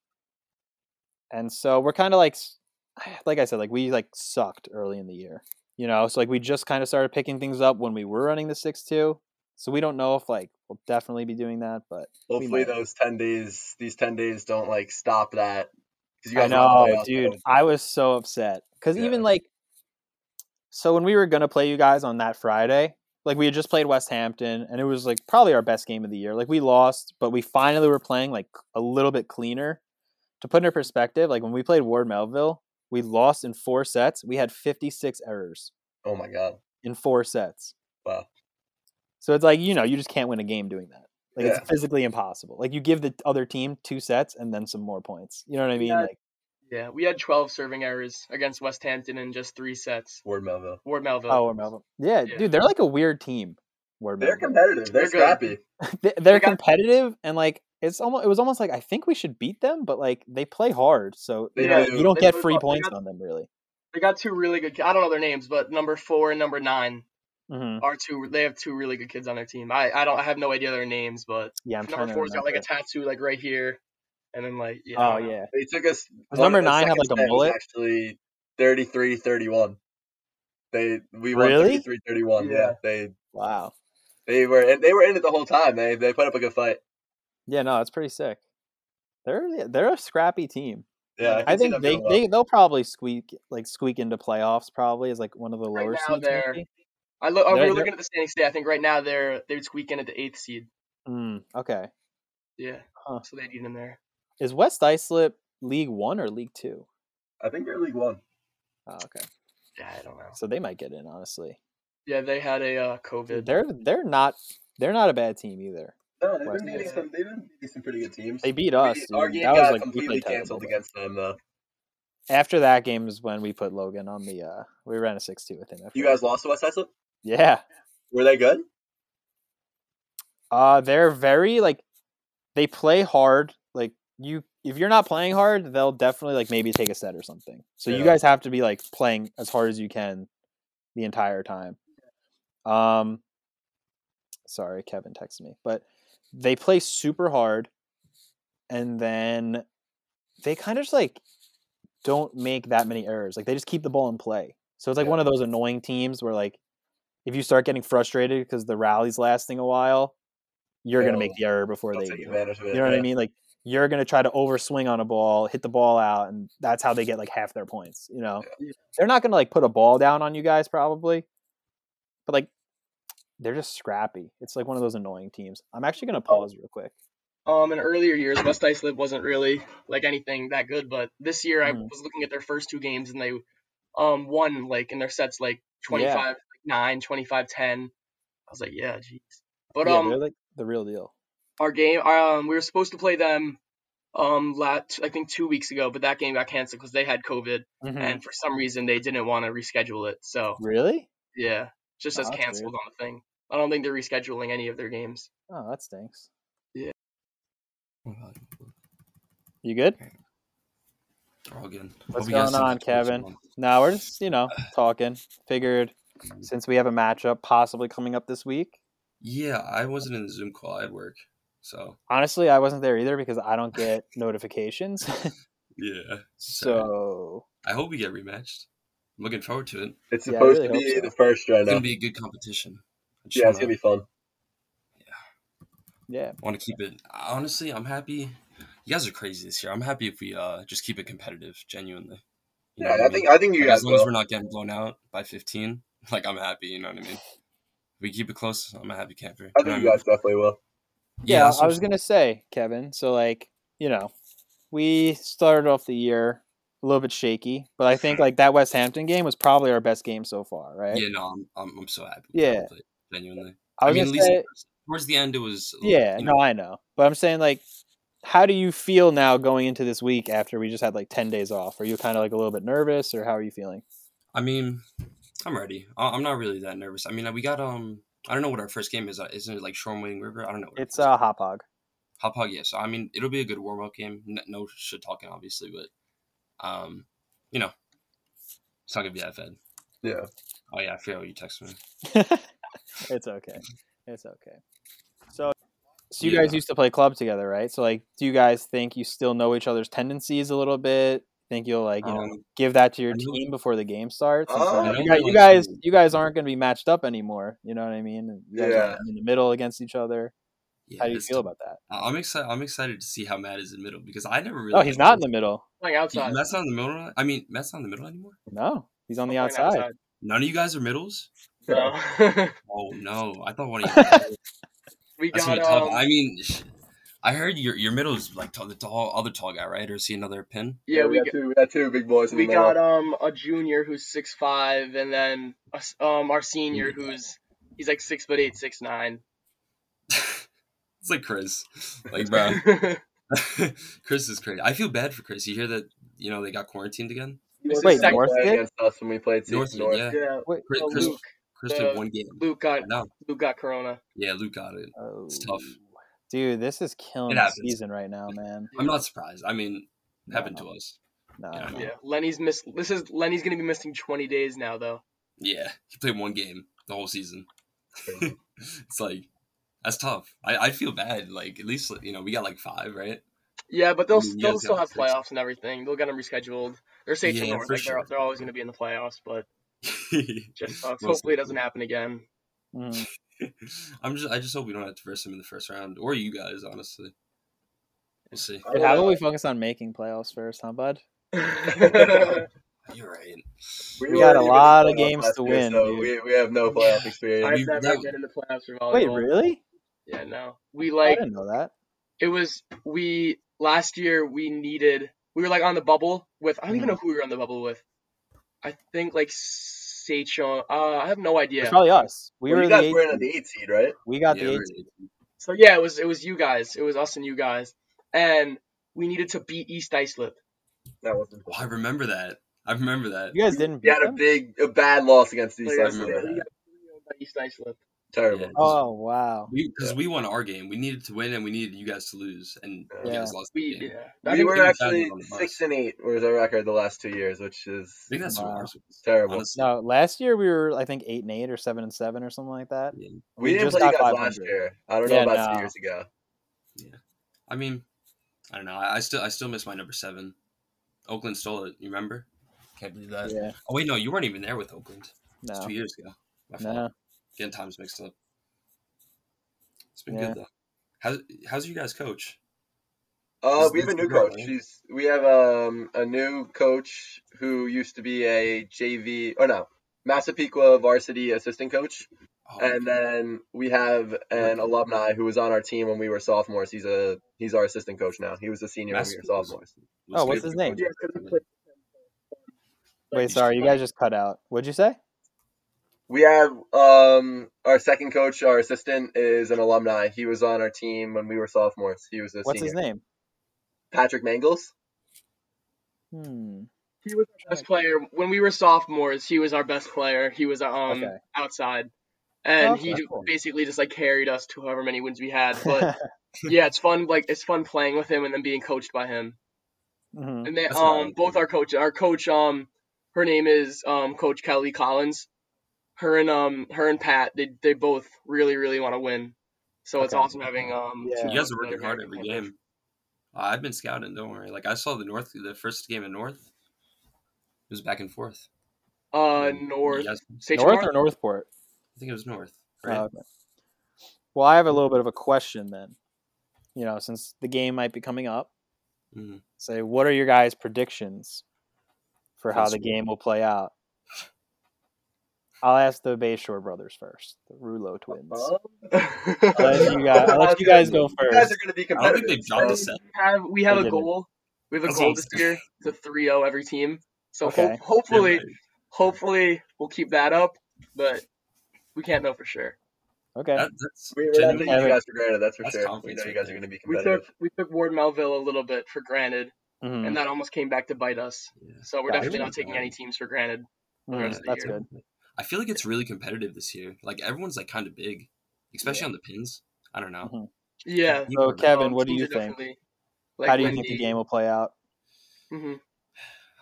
[SPEAKER 3] and so we're kind of like, s- like I said, like we like sucked early in the year, you know. So like we just kind of started picking things up when we were running the six two. So we don't know if like we'll definitely be doing that, but we
[SPEAKER 5] Hopefully
[SPEAKER 3] might.
[SPEAKER 5] those ten days, these ten days, don't like stop that. 'cause you
[SPEAKER 3] I
[SPEAKER 5] guys don't have a
[SPEAKER 3] know,
[SPEAKER 5] playoff
[SPEAKER 3] dude.
[SPEAKER 5] game.
[SPEAKER 3] I was so upset because
[SPEAKER 5] Yeah.
[SPEAKER 3] even like, so when we were gonna play you guys on that Friday, like we had just played West Hampton, and it was like probably our best game of the year. Like we lost, but we finally were playing like a little bit cleaner. To put into perspective, like when we played Ward Melville, we lost in four sets. We had fifty six errors
[SPEAKER 5] Oh my god.
[SPEAKER 3] in four sets.
[SPEAKER 5] Wow.
[SPEAKER 3] So it's like you know you just can't win a game doing that. Like
[SPEAKER 5] Yeah.
[SPEAKER 3] it's physically impossible. Like you give the other team two sets and then some more points. You know what I mean?
[SPEAKER 4] Yeah.
[SPEAKER 3] Like
[SPEAKER 4] Yeah, we had 12 serving errors against West Hampton in just three sets.
[SPEAKER 5] Ward Melville.
[SPEAKER 4] Ward Melville.
[SPEAKER 3] Oh, or Melville. Yeah,
[SPEAKER 4] Yeah.
[SPEAKER 3] dude, they're like a weird team. Word
[SPEAKER 5] They're
[SPEAKER 3] Melville.
[SPEAKER 5] competitive. They're,
[SPEAKER 4] They're good.
[SPEAKER 5] scrappy.
[SPEAKER 3] They- they're
[SPEAKER 4] they got-
[SPEAKER 3] competitive and like it's almost it was almost like I think we should beat them, but like they play hard, so
[SPEAKER 5] They
[SPEAKER 3] you know
[SPEAKER 5] do.
[SPEAKER 3] you don't
[SPEAKER 4] They
[SPEAKER 3] get
[SPEAKER 4] play
[SPEAKER 3] free
[SPEAKER 4] hard. They
[SPEAKER 3] points
[SPEAKER 4] got-
[SPEAKER 3] on them really.
[SPEAKER 4] They got two really good. ki- I don't know their names, but number four and number nine
[SPEAKER 3] hmm
[SPEAKER 4] are two. They have two really good kids on their team. I I don't I have no idea their names, but
[SPEAKER 3] Yeah, I'm trying to
[SPEAKER 4] number four's got like
[SPEAKER 3] remember.
[SPEAKER 4] a tattoo like right here, and then like yeah. I
[SPEAKER 3] Oh
[SPEAKER 4] don't know.
[SPEAKER 3] yeah,
[SPEAKER 5] They took us.
[SPEAKER 3] Does
[SPEAKER 5] one
[SPEAKER 3] number
[SPEAKER 5] of the
[SPEAKER 3] nine have,
[SPEAKER 5] second
[SPEAKER 3] like, a
[SPEAKER 5] set was
[SPEAKER 3] mullet?
[SPEAKER 5] Actually, 33-31. They we won
[SPEAKER 3] Really?
[SPEAKER 5] 33-31. Yeah.
[SPEAKER 4] Yeah.
[SPEAKER 5] They
[SPEAKER 3] wow.
[SPEAKER 5] they were and they were in it the whole time. They they put up a good fight.
[SPEAKER 3] Yeah, no, that's pretty sick. They're they're a scrappy team.
[SPEAKER 5] Yeah.
[SPEAKER 3] I
[SPEAKER 5] can see
[SPEAKER 3] think
[SPEAKER 5] them
[SPEAKER 3] they,
[SPEAKER 5] doing well.
[SPEAKER 3] they they'll probably squeak like squeak into playoffs. Probably is like one of the
[SPEAKER 4] Right
[SPEAKER 3] lower
[SPEAKER 4] now
[SPEAKER 3] seeds.
[SPEAKER 4] they're-
[SPEAKER 3] Maybe.
[SPEAKER 4] I look.
[SPEAKER 3] They're-
[SPEAKER 4] we were
[SPEAKER 3] they're-
[SPEAKER 4] looking at the standings today. I think right now they're they're squeaking at the eighth seed.
[SPEAKER 3] Mm, okay.
[SPEAKER 4] Yeah.
[SPEAKER 3] Huh.
[SPEAKER 4] So they need them there.
[SPEAKER 3] Is West Islip League One or League Two?
[SPEAKER 5] I think they're League One.
[SPEAKER 3] Oh, okay.
[SPEAKER 4] Yeah, I don't know.
[SPEAKER 3] So they might get in, honestly.
[SPEAKER 4] Yeah, they had a uh, COVID.
[SPEAKER 3] They're they're not they're not a bad team either.
[SPEAKER 5] No, they've
[SPEAKER 3] West
[SPEAKER 5] been beating
[SPEAKER 4] Coast.
[SPEAKER 5] some. They've been beating some pretty good teams.
[SPEAKER 3] They beat
[SPEAKER 5] We-
[SPEAKER 3] us.
[SPEAKER 5] our
[SPEAKER 3] dude.
[SPEAKER 5] game
[SPEAKER 3] That
[SPEAKER 5] got
[SPEAKER 3] was like we
[SPEAKER 5] completely
[SPEAKER 3] played terrible,
[SPEAKER 5] canceled
[SPEAKER 3] but-
[SPEAKER 5] against them, though.
[SPEAKER 3] After that game is when we put Logan on the. uh We ran a six two with him. after
[SPEAKER 5] You
[SPEAKER 3] that.
[SPEAKER 5] guys lost to West Islip.
[SPEAKER 3] Yeah.
[SPEAKER 5] Were they good?
[SPEAKER 3] Uh they're very like they play hard. Like you, if you're not playing hard, they'll definitely like maybe take a set or something. So you
[SPEAKER 5] Yeah.
[SPEAKER 3] guys have to be like playing as hard as you can the entire time. Um, sorry, Kevin texted me, but they play super hard, and then they kind of just like don't make that many errors. Like they just keep the ball in play. So it's like
[SPEAKER 5] Yeah.
[SPEAKER 3] one of those annoying teams where like if you start getting frustrated because the rally's lasting a while, you're gonna
[SPEAKER 5] They'll-
[SPEAKER 3] make the error before
[SPEAKER 5] I'll
[SPEAKER 3] they
[SPEAKER 5] take
[SPEAKER 3] do.
[SPEAKER 5] advantage of it.
[SPEAKER 3] You know what
[SPEAKER 5] yeah.
[SPEAKER 3] I mean? Like you're gonna try to overswing on a ball, hit the ball out, and that's how they get like half their points. You know,
[SPEAKER 4] Yeah.
[SPEAKER 3] they're not gonna like put a ball down on you guys probably, but like they're just scrappy. It's like one of those annoying teams. I'm actually
[SPEAKER 5] Oh,
[SPEAKER 3] gonna pause real quick.
[SPEAKER 4] Um, in earlier years, West Islip wasn't really like anything that good, but this year I
[SPEAKER 3] Mhm.
[SPEAKER 4] was looking at their first two games and they um won like in their sets like 25 9, 25 10. I was like, yeah, jeez. But
[SPEAKER 3] yeah,
[SPEAKER 4] um
[SPEAKER 3] they're like the real deal.
[SPEAKER 4] our game um we were supposed to play them um lat I think 2 weeks ago, but that game got canceled cuz they had covid
[SPEAKER 3] Mm-hmm.
[SPEAKER 4] and for some reason they didn't want to reschedule it. So,
[SPEAKER 3] Really?
[SPEAKER 4] yeah, it just says
[SPEAKER 3] Oh, that's
[SPEAKER 4] canceled on the thing. I don't think they're rescheduling any of their games.
[SPEAKER 3] Oh, that stinks.
[SPEAKER 6] We're
[SPEAKER 3] You good?
[SPEAKER 6] all good.
[SPEAKER 3] What's
[SPEAKER 6] Hope you guys
[SPEAKER 3] going
[SPEAKER 6] didn't
[SPEAKER 3] on,
[SPEAKER 6] get too much
[SPEAKER 3] Kevin?
[SPEAKER 6] fun.
[SPEAKER 3] No, we're just you know talking. Figured since we have a matchup possibly coming up this week.
[SPEAKER 6] Yeah, I wasn't in the Zoom call. I had work, so
[SPEAKER 3] Honestly, I wasn't there either because I don't get notifications.
[SPEAKER 6] yeah. Sorry.
[SPEAKER 3] so
[SPEAKER 6] I hope we get rematched. I'm looking forward to it.
[SPEAKER 5] It's
[SPEAKER 3] Yeah, I really
[SPEAKER 5] supposed
[SPEAKER 3] hope
[SPEAKER 5] to be
[SPEAKER 3] so.
[SPEAKER 5] the first right
[SPEAKER 6] It's
[SPEAKER 5] now.
[SPEAKER 6] gonna be a good competition. I just
[SPEAKER 5] yeah, it's gonna
[SPEAKER 6] wanna,
[SPEAKER 5] be fun.
[SPEAKER 3] yeah,
[SPEAKER 6] want to keep it. Honestly, I'm happy. You guys are crazy this year. I'm happy if we uh just keep it competitive, genuinely. You know
[SPEAKER 5] Yeah,
[SPEAKER 6] what
[SPEAKER 5] I think I think you
[SPEAKER 6] Like,
[SPEAKER 5] guys
[SPEAKER 6] as long as
[SPEAKER 5] will.
[SPEAKER 6] we're not getting blown out by 15, like I'm happy. You know what I mean? If we keep it close. I'm a happy camper.
[SPEAKER 5] I
[SPEAKER 6] You know what
[SPEAKER 5] think
[SPEAKER 6] I
[SPEAKER 5] you
[SPEAKER 6] mean?
[SPEAKER 5] guys definitely will.
[SPEAKER 3] yeah.
[SPEAKER 6] that's what
[SPEAKER 3] I
[SPEAKER 6] I'm
[SPEAKER 3] was gonna say, Kevin. So like you know, we started off the year a little bit shaky, but I think like that West Hampton game was probably our best game so far, right?
[SPEAKER 6] Yeah, no, I'm I'm, I'm so happy.
[SPEAKER 3] Yeah.
[SPEAKER 6] with it, genuinely.
[SPEAKER 3] I
[SPEAKER 6] I,
[SPEAKER 3] was
[SPEAKER 6] mean, at
[SPEAKER 3] gonna
[SPEAKER 6] least
[SPEAKER 3] say,
[SPEAKER 6] towards the end it was.
[SPEAKER 3] yeah,
[SPEAKER 6] you
[SPEAKER 3] no, I know, but I'm saying like, how do you feel now going into this week after we just had like ten days off? Are you kind of like a little bit nervous, or how are you feeling?
[SPEAKER 6] I mean, I'm ready. I- I'm not really that nervous. I mean, we got um. I don't know what our first game is. Uh, Isn't it like Storm Wing River? I don't know. What our
[SPEAKER 3] It's
[SPEAKER 6] first-
[SPEAKER 3] uh, hop hog.
[SPEAKER 6] Hop Hog, yeah. So I mean, it'll be a good warm up game. N- No shit talking, obviously, but um, you know, it's not gonna be that bad.
[SPEAKER 5] Yeah.
[SPEAKER 6] Oh yeah, I forgot what you texted me.
[SPEAKER 3] it's okay. It's okay. So, so you guys
[SPEAKER 6] Yeah.
[SPEAKER 3] used to play club together, right? So, like, do you guys think you still know each other's tendencies a little bit? Think you'll like you know
[SPEAKER 6] Um,
[SPEAKER 3] give that to your
[SPEAKER 6] I know-
[SPEAKER 3] team before the game starts? And
[SPEAKER 5] Oh,
[SPEAKER 3] so
[SPEAKER 5] I
[SPEAKER 3] you,
[SPEAKER 6] know
[SPEAKER 3] guys,
[SPEAKER 6] my
[SPEAKER 3] you guys,
[SPEAKER 6] team.
[SPEAKER 3] you guys aren't going to be matched up anymore. You know what I mean? And You guys are
[SPEAKER 5] Yeah.
[SPEAKER 3] in the middle against each other.
[SPEAKER 6] yeah,
[SPEAKER 3] How do you
[SPEAKER 6] it's
[SPEAKER 3] feel
[SPEAKER 6] tough.
[SPEAKER 3] about that?
[SPEAKER 6] I- I'm excited. I'm excited to see how Matt is in middle because I never really.
[SPEAKER 3] Oh, he's not in the middle.
[SPEAKER 4] Playing outside.
[SPEAKER 6] Matt's not in the middle. I mean, Matt's not in the middle anymore.
[SPEAKER 3] No, he's on the
[SPEAKER 4] Playing
[SPEAKER 3] outside.
[SPEAKER 6] None of you guys are middles.
[SPEAKER 4] outside. No.
[SPEAKER 6] Oh no, I thought one of you. guys were.
[SPEAKER 4] we
[SPEAKER 6] That's
[SPEAKER 4] got
[SPEAKER 6] gonna be tough.
[SPEAKER 4] um,
[SPEAKER 6] I mean, sh- I heard your your middle is like tall, the tall other tall guy, right? Or is he another pin?
[SPEAKER 4] yeah, we
[SPEAKER 5] got
[SPEAKER 4] got,
[SPEAKER 5] two. We got two big boys. In
[SPEAKER 4] we
[SPEAKER 5] the middle.
[SPEAKER 4] got um a junior who's six five, and then a s um our senior who's he's like six foot eight, six nine.
[SPEAKER 6] it's like Chris, like bro. Chris is crazy. I feel bad for Chris. You hear that? You know they got quarantined again.
[SPEAKER 5] This is
[SPEAKER 3] Wait,
[SPEAKER 5] second
[SPEAKER 3] North
[SPEAKER 5] play
[SPEAKER 3] did?
[SPEAKER 5] against us when we played
[SPEAKER 6] North,
[SPEAKER 5] North. North.
[SPEAKER 6] yeah.
[SPEAKER 4] yeah,
[SPEAKER 6] Chris,
[SPEAKER 4] oh,
[SPEAKER 6] Chris,
[SPEAKER 4] Luke,
[SPEAKER 6] Chris
[SPEAKER 4] the-
[SPEAKER 6] played one game.
[SPEAKER 4] Luke got
[SPEAKER 6] No,
[SPEAKER 4] Luke got corona.
[SPEAKER 6] yeah, Luke got it. It's tough.
[SPEAKER 3] Oh. Dude, this is killing
[SPEAKER 6] It
[SPEAKER 3] the
[SPEAKER 6] happens.
[SPEAKER 3] season right now, man.
[SPEAKER 6] I'm not surprised. I mean, it
[SPEAKER 3] No,
[SPEAKER 6] happened to us.
[SPEAKER 3] no,
[SPEAKER 6] Yeah, I
[SPEAKER 3] no.
[SPEAKER 6] know.
[SPEAKER 4] Yeah, Lenny's miss. This is Lenny's gonna be missing twenty days now though.
[SPEAKER 6] Yeah, he played one game the whole season. it's like that's tough. I I feel bad. Like at least you know we got like five, right?
[SPEAKER 4] Yeah, but they'll
[SPEAKER 6] Mm, yeah,
[SPEAKER 4] they'll still
[SPEAKER 6] yeah,
[SPEAKER 4] have
[SPEAKER 6] that's-
[SPEAKER 4] playoffs and everything. They'll get them rescheduled. They're safe
[SPEAKER 6] Yeah,
[SPEAKER 4] to north.
[SPEAKER 6] for
[SPEAKER 4] Like
[SPEAKER 6] sure.
[SPEAKER 4] they're, they're always gonna be in the playoffs, but just sucks.
[SPEAKER 6] Most
[SPEAKER 4] Hopefully it doesn't happen again.
[SPEAKER 3] Mm.
[SPEAKER 5] Oh,
[SPEAKER 6] I'm just I just hope we don't have to verse him in the first round, or you guys, honestly. We'll
[SPEAKER 5] I
[SPEAKER 6] see.
[SPEAKER 3] Dude,
[SPEAKER 5] don't
[SPEAKER 3] how
[SPEAKER 5] know.
[SPEAKER 3] about we focus on making playoffs first, huh, bud?
[SPEAKER 6] You're right.
[SPEAKER 3] We got a
[SPEAKER 5] weren't even in
[SPEAKER 3] lot of
[SPEAKER 5] playoffs
[SPEAKER 3] games
[SPEAKER 5] last
[SPEAKER 3] to
[SPEAKER 5] year,
[SPEAKER 3] win,
[SPEAKER 5] So
[SPEAKER 3] dude.
[SPEAKER 5] we, we have no playoff experience.
[SPEAKER 4] I've
[SPEAKER 6] we-
[SPEAKER 4] never
[SPEAKER 6] that-
[SPEAKER 4] been in the playoffs for volleyball.
[SPEAKER 5] Oh,
[SPEAKER 3] Wait, really?
[SPEAKER 4] Yeah, no. We
[SPEAKER 3] I
[SPEAKER 4] like
[SPEAKER 3] didn't know that.
[SPEAKER 4] it was we last year we needed we were like on the bubble with I don't even know who we were on the bubble with. I think like Seichon. Uh, I have no
[SPEAKER 3] It's
[SPEAKER 4] idea.
[SPEAKER 3] probably us. We
[SPEAKER 5] Well,
[SPEAKER 3] were
[SPEAKER 5] you
[SPEAKER 3] the
[SPEAKER 5] guys
[SPEAKER 3] eight.
[SPEAKER 5] were in the eight seed, right?
[SPEAKER 3] We got
[SPEAKER 6] Yeah,
[SPEAKER 3] the
[SPEAKER 6] we're
[SPEAKER 3] eight.
[SPEAKER 6] in eighth.
[SPEAKER 4] So yeah, it was it was you guys. It was us and you guys, and we needed to beat East Islip.
[SPEAKER 5] That wasn't.
[SPEAKER 6] Oh, I remember that. I remember that.
[SPEAKER 3] You guys didn't
[SPEAKER 5] We
[SPEAKER 3] beat
[SPEAKER 5] had a
[SPEAKER 3] them?
[SPEAKER 5] big, a bad loss against East
[SPEAKER 4] Like,
[SPEAKER 6] I
[SPEAKER 5] Islip.
[SPEAKER 6] remember
[SPEAKER 4] we
[SPEAKER 6] that.
[SPEAKER 4] got by East Islip.
[SPEAKER 5] Terrible.
[SPEAKER 3] Oh wow.
[SPEAKER 6] Because we, won our game. We needed to win, and we needed you guys to lose, and you
[SPEAKER 3] Yeah.
[SPEAKER 6] guys lost the
[SPEAKER 4] We
[SPEAKER 6] game.
[SPEAKER 4] yeah. I
[SPEAKER 5] We
[SPEAKER 4] think
[SPEAKER 5] were
[SPEAKER 6] Maybe
[SPEAKER 5] actually
[SPEAKER 6] Diamond on the bus.
[SPEAKER 5] six and eight was our record the last two years, which is
[SPEAKER 6] I think that's what
[SPEAKER 3] Wow.
[SPEAKER 6] ours was.
[SPEAKER 5] Terrible.
[SPEAKER 6] honestly.
[SPEAKER 3] No, last year we were I think eight and eight or seven and seven or something like that.
[SPEAKER 6] Yeah.
[SPEAKER 5] we,
[SPEAKER 3] we
[SPEAKER 5] didn't
[SPEAKER 3] just
[SPEAKER 5] play you
[SPEAKER 3] got
[SPEAKER 5] guys last
[SPEAKER 3] 500.
[SPEAKER 5] year. I don't
[SPEAKER 3] Yeah,
[SPEAKER 5] know about
[SPEAKER 3] no.
[SPEAKER 5] two years ago.
[SPEAKER 6] I mean, I don't know. I, I still I still miss my number seven. Oakland stole it. You remember? Can't believe that.
[SPEAKER 3] Yeah.
[SPEAKER 6] Oh wait, no, you weren't even there with Oakland. It's
[SPEAKER 3] No.
[SPEAKER 6] two years ago. My fault.
[SPEAKER 3] No.
[SPEAKER 6] Getting times mixed up. It's been
[SPEAKER 3] Yeah.
[SPEAKER 6] good though. How's how's your guys coach?
[SPEAKER 5] Uh,
[SPEAKER 6] Is
[SPEAKER 5] we have a
[SPEAKER 6] this
[SPEAKER 5] new
[SPEAKER 6] girl,
[SPEAKER 5] coach.
[SPEAKER 6] right?
[SPEAKER 5] She's we have um a new coach who used to be a JV or no Massapequa varsity assistant coach,
[SPEAKER 6] Oh,
[SPEAKER 5] and
[SPEAKER 4] uh,
[SPEAKER 5] then we have an alumni who was on our team when we were sophomores. He's a he's our assistant coach now. He was a senior when we were
[SPEAKER 6] Massapequa's-
[SPEAKER 5] sophomores.
[SPEAKER 6] what's
[SPEAKER 3] Oh, what's
[SPEAKER 6] the-
[SPEAKER 3] his name?
[SPEAKER 4] Yeah, 'cause we played
[SPEAKER 3] Wait, sorry, you guys just cut out. What'd you say?
[SPEAKER 5] We have um our second coach, our assistant is an alumni. He was on our team when we were sophomores. He was a
[SPEAKER 3] What's his
[SPEAKER 5] senior.
[SPEAKER 3] name?
[SPEAKER 5] Patrick Mangles.
[SPEAKER 3] Hmm.
[SPEAKER 4] He was our best player when we were sophomores. He was our best player. He was um
[SPEAKER 3] Okay.
[SPEAKER 4] outside, and
[SPEAKER 3] Okay,
[SPEAKER 4] he ju-
[SPEAKER 3] cool.
[SPEAKER 4] basically just like carried us to however many wins we had. But yeah, it's fun. Like it's fun playing with him and then being coached by him.
[SPEAKER 3] Mhm.
[SPEAKER 4] And then
[SPEAKER 6] That's not
[SPEAKER 4] um
[SPEAKER 6] bad.
[SPEAKER 4] both our coaches, our coach um her name is um Coach Kelly Collins. Her and um her and Pat they they both really really want to win. So it's
[SPEAKER 3] Okay.
[SPEAKER 4] awesome having um.
[SPEAKER 3] Yeah.
[SPEAKER 6] You
[SPEAKER 4] coaches
[SPEAKER 6] guys are
[SPEAKER 4] that
[SPEAKER 6] working hard
[SPEAKER 4] very
[SPEAKER 6] every
[SPEAKER 4] competitive.
[SPEAKER 6] game. Uh, I've been scouting. Don't worry. Like I saw the North, the first game in North. It was back and forth.
[SPEAKER 4] Uh,
[SPEAKER 6] You
[SPEAKER 4] North.
[SPEAKER 6] guys-
[SPEAKER 4] Sage
[SPEAKER 3] North or Northport?
[SPEAKER 6] I think it was North. Right?
[SPEAKER 3] Oh, okay. Well, I have a little bit of a question then. You know, since the game might be coming up,
[SPEAKER 6] Mhm.
[SPEAKER 3] say, what are your guys' predictions for how
[SPEAKER 6] That's
[SPEAKER 3] the
[SPEAKER 6] cool.
[SPEAKER 3] game will play out? I'll ask the Bayshore brothers first, the Rouleau twins.
[SPEAKER 4] Uh-huh.
[SPEAKER 3] I'll let you guys, I'll let you guys go
[SPEAKER 5] You guys
[SPEAKER 3] first.
[SPEAKER 5] are going to be
[SPEAKER 6] I don't
[SPEAKER 5] competitive.
[SPEAKER 6] think they've dropped a
[SPEAKER 5] so-
[SPEAKER 6] set.
[SPEAKER 4] have we have
[SPEAKER 3] They
[SPEAKER 4] a
[SPEAKER 3] didn't.
[SPEAKER 4] goal We have a
[SPEAKER 6] That's
[SPEAKER 4] goal
[SPEAKER 6] awesome.
[SPEAKER 4] this year to 3-0 every team. So ho-
[SPEAKER 3] Okay.
[SPEAKER 4] hopefully,
[SPEAKER 6] Yeah,
[SPEAKER 4] hopefully we'll keep that up, but we can't know for sure.
[SPEAKER 3] Okay.
[SPEAKER 6] that, that's
[SPEAKER 5] We, we're not
[SPEAKER 6] genuinely,
[SPEAKER 5] taking you guys for granted, that's for
[SPEAKER 6] That's
[SPEAKER 5] sure. We
[SPEAKER 6] confidence
[SPEAKER 5] know you
[SPEAKER 6] right
[SPEAKER 5] guys are
[SPEAKER 6] there.
[SPEAKER 5] going to be
[SPEAKER 4] We took
[SPEAKER 5] competitive.
[SPEAKER 4] we took Ward Melville a little bit for granted,
[SPEAKER 3] Mhm.
[SPEAKER 4] and that almost came back to bite us.
[SPEAKER 6] Yeah.
[SPEAKER 4] So we're
[SPEAKER 3] Yeah,
[SPEAKER 4] definitely
[SPEAKER 6] we
[SPEAKER 4] not taking
[SPEAKER 6] were-
[SPEAKER 4] any teams for granted.
[SPEAKER 3] Mhm.
[SPEAKER 4] rest of the
[SPEAKER 3] That's
[SPEAKER 4] year.
[SPEAKER 3] good.
[SPEAKER 6] I feel like it's really competitive this year. Like everyone's like kind of big, especially on the pins. I don't know.
[SPEAKER 3] Mhm.
[SPEAKER 4] Yeah.
[SPEAKER 6] People
[SPEAKER 3] So
[SPEAKER 6] are-
[SPEAKER 3] Kevin,
[SPEAKER 4] um,
[SPEAKER 3] what do
[SPEAKER 4] teams
[SPEAKER 3] you
[SPEAKER 4] are
[SPEAKER 3] think?
[SPEAKER 4] definitely,
[SPEAKER 3] How
[SPEAKER 4] like,
[SPEAKER 3] do you think the
[SPEAKER 4] Wendy-
[SPEAKER 3] game will play out?
[SPEAKER 4] Mhm.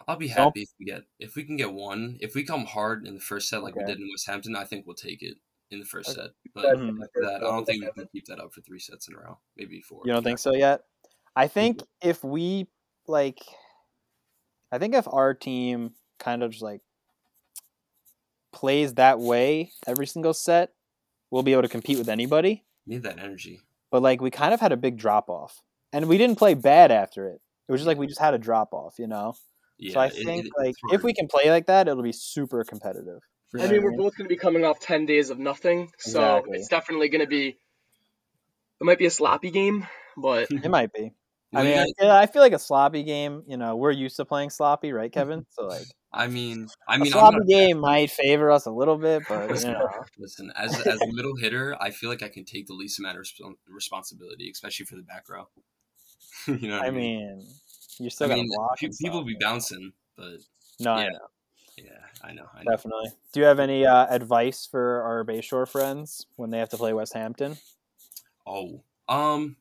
[SPEAKER 6] I'll be
[SPEAKER 3] Don't-
[SPEAKER 6] happy if we get if we can get one. If we come hard in the first set like we
[SPEAKER 3] Okay.
[SPEAKER 6] did in West Hampton, I think we'll take it in the first
[SPEAKER 5] Okay.
[SPEAKER 6] set. But
[SPEAKER 5] That's
[SPEAKER 3] Mhm.
[SPEAKER 5] in the
[SPEAKER 6] after
[SPEAKER 5] first
[SPEAKER 6] that,
[SPEAKER 5] round,
[SPEAKER 6] I don't think we
[SPEAKER 5] that's
[SPEAKER 6] can keep that up for three sets in a row. Maybe four.
[SPEAKER 3] You don't think so yet? I
[SPEAKER 6] Mm-hmm.
[SPEAKER 3] think if we like, I think if our team kind of just like plays that way every single set, we'll be able to compete with anybody.
[SPEAKER 6] We need that energy.
[SPEAKER 3] But like, we kind of had a big drop off, and we didn't play bad after it. It was just like we just had a drop off, you know.
[SPEAKER 6] Yeah.
[SPEAKER 3] so I
[SPEAKER 6] it- it-
[SPEAKER 3] think
[SPEAKER 6] it's
[SPEAKER 3] like
[SPEAKER 6] hard.
[SPEAKER 3] if we can play like that, it'll be super competitive. You know
[SPEAKER 4] I
[SPEAKER 3] what
[SPEAKER 4] mean, we're both going to be coming off 10 days of nothing, so
[SPEAKER 3] Exactly.
[SPEAKER 4] it's definitely going to be. It might be a sloppy game, but
[SPEAKER 3] it might be. I
[SPEAKER 6] We
[SPEAKER 3] mean, I
[SPEAKER 6] got-
[SPEAKER 3] feel, I feel like a sloppy game. You know, we're used to playing sloppy, right, Kevin? So like,
[SPEAKER 6] I mean, I
[SPEAKER 3] a
[SPEAKER 6] mean, I'm
[SPEAKER 3] sloppy
[SPEAKER 6] not,
[SPEAKER 3] game might favor us a little bit, but you
[SPEAKER 6] Listen,
[SPEAKER 3] know,
[SPEAKER 6] listen, as as a middle hitter, I feel like I can take the least amount of respons- responsibility, especially for the back row. you know what
[SPEAKER 3] I mean, you're
[SPEAKER 6] I
[SPEAKER 3] still
[SPEAKER 6] mean,
[SPEAKER 3] gonna block.
[SPEAKER 6] pe-
[SPEAKER 3] and
[SPEAKER 6] people
[SPEAKER 3] stuff,
[SPEAKER 6] be
[SPEAKER 3] you know.
[SPEAKER 6] bouncing, but
[SPEAKER 3] No, I
[SPEAKER 6] yeah,
[SPEAKER 3] know,
[SPEAKER 6] yeah, I know, I know.
[SPEAKER 3] definitely. Do you have any uh, advice for our Bayshore friends when they have to play West Hampton?
[SPEAKER 6] Oh, um,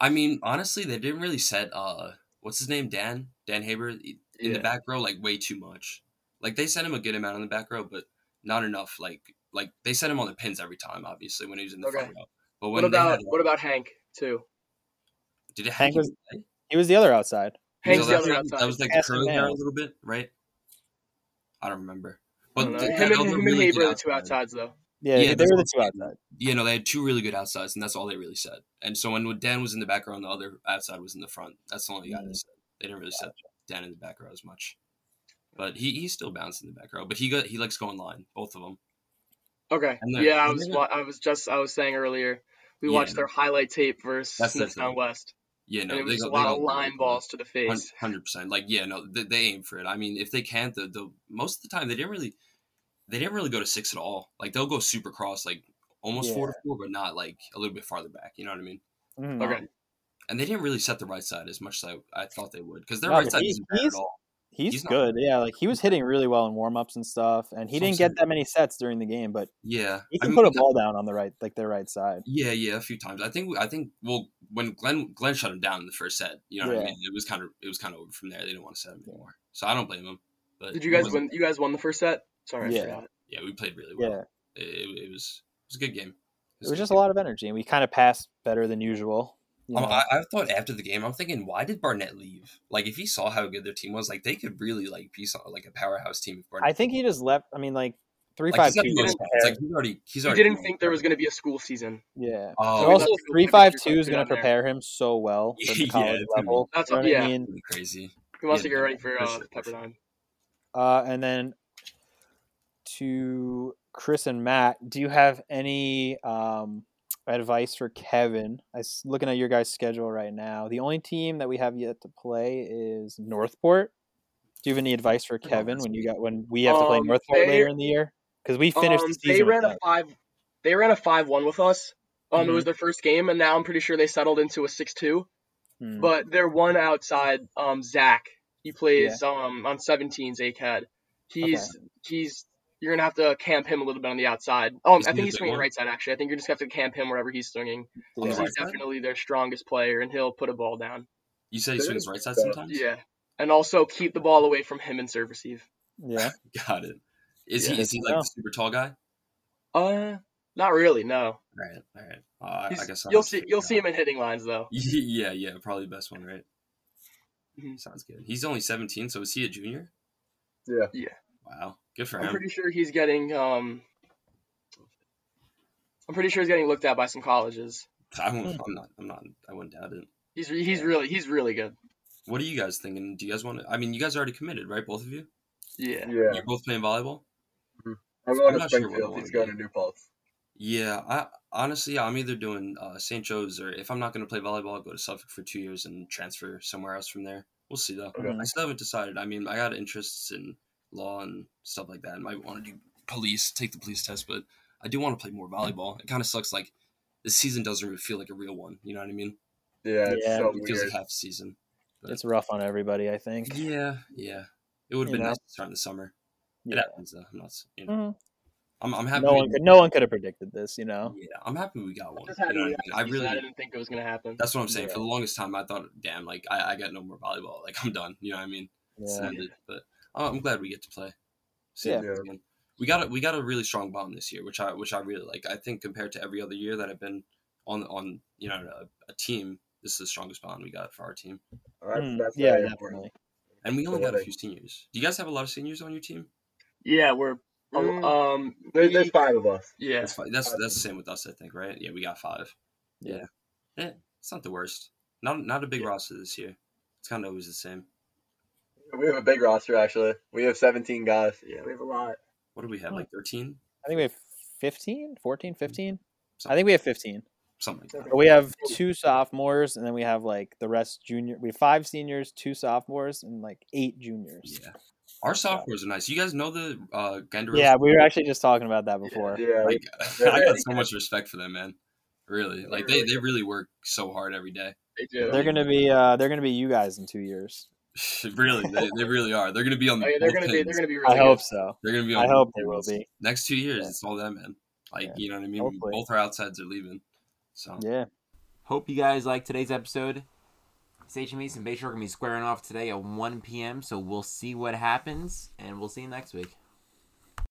[SPEAKER 6] I mean, honestly, they didn't really set uh, what's his name, Dan, Dan Haber, in the
[SPEAKER 4] Yeah.
[SPEAKER 6] back row like way too much. Like they sent him a good amount in the back row, but not enough. Like like they sent him on the pins every time, obviously when he was in the
[SPEAKER 4] Okay.
[SPEAKER 6] front row. But when
[SPEAKER 4] what
[SPEAKER 6] they
[SPEAKER 4] about
[SPEAKER 6] had,
[SPEAKER 4] what about Hank too?
[SPEAKER 6] did it
[SPEAKER 3] Hank
[SPEAKER 6] Hank
[SPEAKER 3] was-
[SPEAKER 6] even play?
[SPEAKER 3] He was the other outside.
[SPEAKER 6] He
[SPEAKER 4] Hank's
[SPEAKER 6] was
[SPEAKER 4] the
[SPEAKER 6] on
[SPEAKER 4] other
[SPEAKER 6] that side. That
[SPEAKER 4] outside.
[SPEAKER 6] was like the
[SPEAKER 3] Ask
[SPEAKER 6] curly
[SPEAKER 3] him
[SPEAKER 6] hair a
[SPEAKER 3] now.
[SPEAKER 6] little bit, right? I don't remember.
[SPEAKER 4] I
[SPEAKER 6] But
[SPEAKER 4] don't know.
[SPEAKER 6] they
[SPEAKER 4] Him
[SPEAKER 6] had
[SPEAKER 4] and,
[SPEAKER 6] other
[SPEAKER 4] him and
[SPEAKER 6] really
[SPEAKER 4] Haber
[SPEAKER 6] good
[SPEAKER 4] are the two
[SPEAKER 6] outside-
[SPEAKER 4] outsides though.
[SPEAKER 3] Yeah,
[SPEAKER 6] Yeah,
[SPEAKER 3] they
[SPEAKER 6] that's
[SPEAKER 3] were
[SPEAKER 6] what
[SPEAKER 3] the two
[SPEAKER 6] I'm
[SPEAKER 3] outside.
[SPEAKER 6] You know, they had two really good outsides, and that's all they really said. And so when Dan was in the back row and the other outside was in the front, that's the only guy they
[SPEAKER 3] Mhm.
[SPEAKER 6] said. They didn't really set Dan in the back row as much. But he, he still bounced in the back row. But he got he likes going line, both of them.
[SPEAKER 4] Okay.
[SPEAKER 6] And they're-
[SPEAKER 4] Yeah, I
[SPEAKER 6] and
[SPEAKER 4] was
[SPEAKER 6] they're-
[SPEAKER 4] wa- I was just I was saying earlier we
[SPEAKER 6] Yeah.
[SPEAKER 4] watched their highlight tape versus
[SPEAKER 6] That's their
[SPEAKER 4] Smithtown
[SPEAKER 6] thing.
[SPEAKER 4] West,
[SPEAKER 6] Yeah, no,
[SPEAKER 4] and it was
[SPEAKER 6] they
[SPEAKER 4] just a
[SPEAKER 6] go they
[SPEAKER 4] lot
[SPEAKER 6] go
[SPEAKER 4] of line balls to the face.
[SPEAKER 6] Hundred percent. Like yeah, no, they, they aim for it. I mean, if they can't, the, the most of the time they didn't really they didn't really go to six at all. Like they'll go super cross, like almost four to four, but not like a little bit farther back. You know what I mean?
[SPEAKER 3] Mhm.
[SPEAKER 4] Okay.
[SPEAKER 6] Um, and they didn't really set the right side as much as I, I thought they would because their
[SPEAKER 3] No,
[SPEAKER 6] right
[SPEAKER 3] but
[SPEAKER 6] side
[SPEAKER 3] he-
[SPEAKER 6] isn't bad at
[SPEAKER 3] he's-
[SPEAKER 6] all.
[SPEAKER 3] He's,
[SPEAKER 6] He's not
[SPEAKER 3] good. Yeah, like he was hitting really well in warm ups and stuff, and he
[SPEAKER 6] That's what I'm
[SPEAKER 3] didn't get
[SPEAKER 6] saying.
[SPEAKER 3] that many sets during the game, but
[SPEAKER 6] Yeah,
[SPEAKER 3] he
[SPEAKER 6] I
[SPEAKER 3] can
[SPEAKER 6] mean,
[SPEAKER 3] put
[SPEAKER 6] we
[SPEAKER 3] a
[SPEAKER 6] got-
[SPEAKER 3] ball down on the right, like their right side.
[SPEAKER 6] yeah, yeah, a few times. I think I think well when Glenn Glenn shut him down in the first set, you know what I
[SPEAKER 3] Yeah.
[SPEAKER 6] mean? It was kind of it was kind of over from there. They didn't want to set him anymore, so I don't blame him. But
[SPEAKER 4] Did you
[SPEAKER 6] it
[SPEAKER 4] guys win?
[SPEAKER 6] wasn't-
[SPEAKER 4] You guys won the first set. Sorry, I
[SPEAKER 3] Yeah.
[SPEAKER 4] forgot.
[SPEAKER 6] Yeah, we played really well.
[SPEAKER 3] Yeah.
[SPEAKER 6] It, it, it was it was a good game. Oh, Um,
[SPEAKER 3] It was just a lot of energy, and we kind of passed better than usual. You know?
[SPEAKER 6] I, I thought after the game, I'm thinking, why did Barnett leave? Like, if he saw how good their team was, like they could really like be some, like a powerhouse team. If Barnett,
[SPEAKER 3] I think he just left. I mean, like three
[SPEAKER 6] like
[SPEAKER 3] five
[SPEAKER 6] he's got
[SPEAKER 3] two.
[SPEAKER 6] the most points. Like he's already he's
[SPEAKER 4] You
[SPEAKER 6] already.
[SPEAKER 4] didn't think there was going to be a school season.
[SPEAKER 3] Yeah,
[SPEAKER 6] Oh,
[SPEAKER 3] but also
[SPEAKER 4] we left him
[SPEAKER 3] three
[SPEAKER 4] with
[SPEAKER 3] five
[SPEAKER 4] Victor
[SPEAKER 3] two is going
[SPEAKER 4] down
[SPEAKER 3] to
[SPEAKER 4] there.
[SPEAKER 3] prepare him so well for
[SPEAKER 6] Yeah,
[SPEAKER 3] the college
[SPEAKER 6] it's gonna be-
[SPEAKER 3] level.
[SPEAKER 4] That's
[SPEAKER 3] you know
[SPEAKER 4] what-
[SPEAKER 3] what
[SPEAKER 4] yeah.
[SPEAKER 3] I mean?
[SPEAKER 6] crazy.
[SPEAKER 4] He wants to
[SPEAKER 6] Yeah,
[SPEAKER 4] get ready for
[SPEAKER 6] for
[SPEAKER 4] uh,
[SPEAKER 6] sure, for sure.
[SPEAKER 4] Pepperdine.
[SPEAKER 3] Uh, and then to Chris and Matt, do you have any um, advice for Kevin? I was looking at your guys' schedule right now. The only team that we have yet to play is Northport. Do you have any advice for
[SPEAKER 6] They're not
[SPEAKER 3] Kevin
[SPEAKER 6] as
[SPEAKER 3] when you
[SPEAKER 6] good.
[SPEAKER 3] got when we have to play
[SPEAKER 4] Oh, Um,
[SPEAKER 3] Northport
[SPEAKER 4] they-
[SPEAKER 3] later in the year? Because we finished the
[SPEAKER 4] Um, they
[SPEAKER 3] season. with
[SPEAKER 4] ran a
[SPEAKER 3] them.
[SPEAKER 4] five. They ran a five-one with us. Um,
[SPEAKER 6] Mm-hmm.
[SPEAKER 4] it
[SPEAKER 3] Mhm.
[SPEAKER 4] was their first game, and now I'm pretty sure they settled into a six-two.
[SPEAKER 3] Hmm.
[SPEAKER 6] Mm-hmm.
[SPEAKER 4] But their one outside, um, Zach, he plays um on 17s ACAD. He's he's you're gonna have to camp him a little bit on the outside. Um,
[SPEAKER 6] Is
[SPEAKER 4] I think
[SPEAKER 6] he the
[SPEAKER 4] he's
[SPEAKER 6] big
[SPEAKER 4] swinging
[SPEAKER 6] one?
[SPEAKER 4] right side actually. I think you're just gonna have to camp him wherever he's swinging.
[SPEAKER 6] On the
[SPEAKER 3] Yeah.
[SPEAKER 4] He's
[SPEAKER 6] right side?
[SPEAKER 4] definitely their strongest player, and he'll put a ball down.
[SPEAKER 6] You said he
[SPEAKER 5] They're
[SPEAKER 6] swings
[SPEAKER 5] gonna
[SPEAKER 6] right side
[SPEAKER 5] be
[SPEAKER 6] sometimes.
[SPEAKER 4] Yeah, and also keep the ball away from him and serve receive.
[SPEAKER 3] Yeah.
[SPEAKER 6] Got it. Is
[SPEAKER 4] Yeah.
[SPEAKER 6] he is he
[SPEAKER 3] Good to
[SPEAKER 6] like
[SPEAKER 3] know.
[SPEAKER 6] the super tall guy?
[SPEAKER 4] Uh, not really. No,
[SPEAKER 6] All right, all right. Uh, I- I
[SPEAKER 4] He's-
[SPEAKER 6] guess I'll
[SPEAKER 4] you'll
[SPEAKER 6] have to
[SPEAKER 4] see
[SPEAKER 6] figure
[SPEAKER 4] you'll
[SPEAKER 6] it
[SPEAKER 4] see
[SPEAKER 6] out.
[SPEAKER 4] him in hitting lines though.
[SPEAKER 6] Yeah, yeah, probably the best one, right?
[SPEAKER 4] Mhm.
[SPEAKER 6] Sounds good. He's only 17, so is he a junior?
[SPEAKER 5] Yeah.
[SPEAKER 4] Yeah.
[SPEAKER 6] Wow, good for
[SPEAKER 4] I'm
[SPEAKER 6] him.
[SPEAKER 4] pretty sure he's getting um. I'm pretty sure he's getting looked at by some colleges.
[SPEAKER 6] I won't,
[SPEAKER 4] Hmm.
[SPEAKER 6] I'm not. I'm not. I wouldn't doubt it.
[SPEAKER 4] He's re- he's really he's really good.
[SPEAKER 6] What are you guys thinking? Do you guys want to? I mean, you guys already committed, right? Both of you.
[SPEAKER 4] Yeah.
[SPEAKER 5] Yeah.
[SPEAKER 6] You're both playing volleyball.
[SPEAKER 5] I'm going
[SPEAKER 6] I'm
[SPEAKER 5] to
[SPEAKER 6] not sure what I
[SPEAKER 5] Springfield.
[SPEAKER 6] wanna
[SPEAKER 5] He's going
[SPEAKER 6] do.
[SPEAKER 5] to New Paltz.
[SPEAKER 6] Yeah, I honestly, I'm either doing uh, St. Joe's or if I'm not going to play volleyball, I'll go to Suffolk for two years and transfer somewhere else from there. We'll see though.
[SPEAKER 5] Okay.
[SPEAKER 6] I still haven't decided. I mean, I got interests in law and stuff like that. I might want to do police, take the police test, but I do want to play more volleyball. It kind of sucks. Like this season doesn't really feel like a real one. You know what I mean?
[SPEAKER 5] Yeah, it's
[SPEAKER 3] Yeah,
[SPEAKER 5] so
[SPEAKER 6] It feels
[SPEAKER 5] Oh, weird.
[SPEAKER 6] like half season.
[SPEAKER 3] It's rough on everybody, I think.
[SPEAKER 6] Yeah, yeah. It would have
[SPEAKER 3] You
[SPEAKER 6] been
[SPEAKER 3] know?
[SPEAKER 6] nice to start in the summer. It
[SPEAKER 3] Yeah.
[SPEAKER 6] happens though. I'm not. You know,
[SPEAKER 3] Mhm.
[SPEAKER 6] I'm, I'm happy.
[SPEAKER 3] No
[SPEAKER 6] we-
[SPEAKER 3] one could. No one could have predicted this, you know.
[SPEAKER 6] Yeah, I'm happy we got one.
[SPEAKER 4] Just
[SPEAKER 6] You
[SPEAKER 4] happy
[SPEAKER 6] know
[SPEAKER 4] we
[SPEAKER 6] what
[SPEAKER 4] got
[SPEAKER 6] I
[SPEAKER 4] this
[SPEAKER 6] mean? I
[SPEAKER 4] season. I
[SPEAKER 6] really.
[SPEAKER 4] didn't think it was gonna happen.
[SPEAKER 6] That's what I'm saying.
[SPEAKER 3] Yeah.
[SPEAKER 6] For the longest time, I thought, damn, like I, I got no more volleyball. Like I'm done. You know what I mean?
[SPEAKER 3] Yeah.
[SPEAKER 6] Sadly, but uh, I'm glad we get to play. See
[SPEAKER 3] Yeah.
[SPEAKER 6] what we can. We got a we got a really strong bond this year, which I which I really like. I think compared to every other year that I've been on on you know a, a team, this is the strongest bond we got for our team.
[SPEAKER 5] That's,
[SPEAKER 3] Mm,
[SPEAKER 5] that's
[SPEAKER 3] yeah,
[SPEAKER 5] very important.
[SPEAKER 3] definitely.
[SPEAKER 6] And we only got a
[SPEAKER 5] Absolutely.
[SPEAKER 6] few seniors. Do you guys have a lot of seniors on your team?
[SPEAKER 4] Yeah, we're
[SPEAKER 5] Mm.
[SPEAKER 4] um
[SPEAKER 5] There,
[SPEAKER 4] me-
[SPEAKER 5] there's five of us.
[SPEAKER 4] yeah.
[SPEAKER 6] That's fi- that's that's the same with us, I think, right? Yeah, we got five.
[SPEAKER 3] Yeah.
[SPEAKER 6] yeah. Eh, it's not the worst. Not not a big roster this year. It's kind of always the same.
[SPEAKER 5] We have a big roster actually. We have 17 guys.
[SPEAKER 4] Yeah, we have a lot.
[SPEAKER 6] What do we
[SPEAKER 3] Hmm.
[SPEAKER 6] have? Like thirteen,
[SPEAKER 3] I think we have 15,
[SPEAKER 5] Mm.
[SPEAKER 3] 14, 15. I think we have 15.
[SPEAKER 6] something like that.
[SPEAKER 3] But we have two sophomores, and then we have like the rest junior. We have five seniors, two sophomores, and like eight juniors.
[SPEAKER 6] Yeah, our sophomores are nice. You guys know the uh, Gandaros?
[SPEAKER 3] Yeah, we were actually just talking about that before.
[SPEAKER 5] Yeah,
[SPEAKER 6] Like,
[SPEAKER 5] they're
[SPEAKER 6] I got
[SPEAKER 5] very
[SPEAKER 6] so much respect for them, man. Really, like they, they really work so hard every day.
[SPEAKER 4] They do.
[SPEAKER 3] They're gonna be. Uh, they're gonna be you guys in two years.
[SPEAKER 6] really, they, they really are. They're gonna be on.
[SPEAKER 4] Oh, yeah, they're
[SPEAKER 6] both
[SPEAKER 4] gonna be. They're
[SPEAKER 6] ends.
[SPEAKER 4] gonna be really.
[SPEAKER 3] I hope so.
[SPEAKER 6] They're gonna be. On
[SPEAKER 3] I hope
[SPEAKER 6] both
[SPEAKER 3] they will
[SPEAKER 6] ends.
[SPEAKER 3] be.
[SPEAKER 6] Next two years,
[SPEAKER 3] Yeah.
[SPEAKER 6] it's all them, man. Like
[SPEAKER 3] Yeah.
[SPEAKER 6] you know what I mean.
[SPEAKER 3] Hopefully.
[SPEAKER 6] Both our outsides are leaving. So
[SPEAKER 3] Yeah.
[SPEAKER 2] Hope you guys liked today's episode. Station Mason and Bayshore are going to be squaring off today at 1 p.m., so we'll see what happens, and we'll see you next week.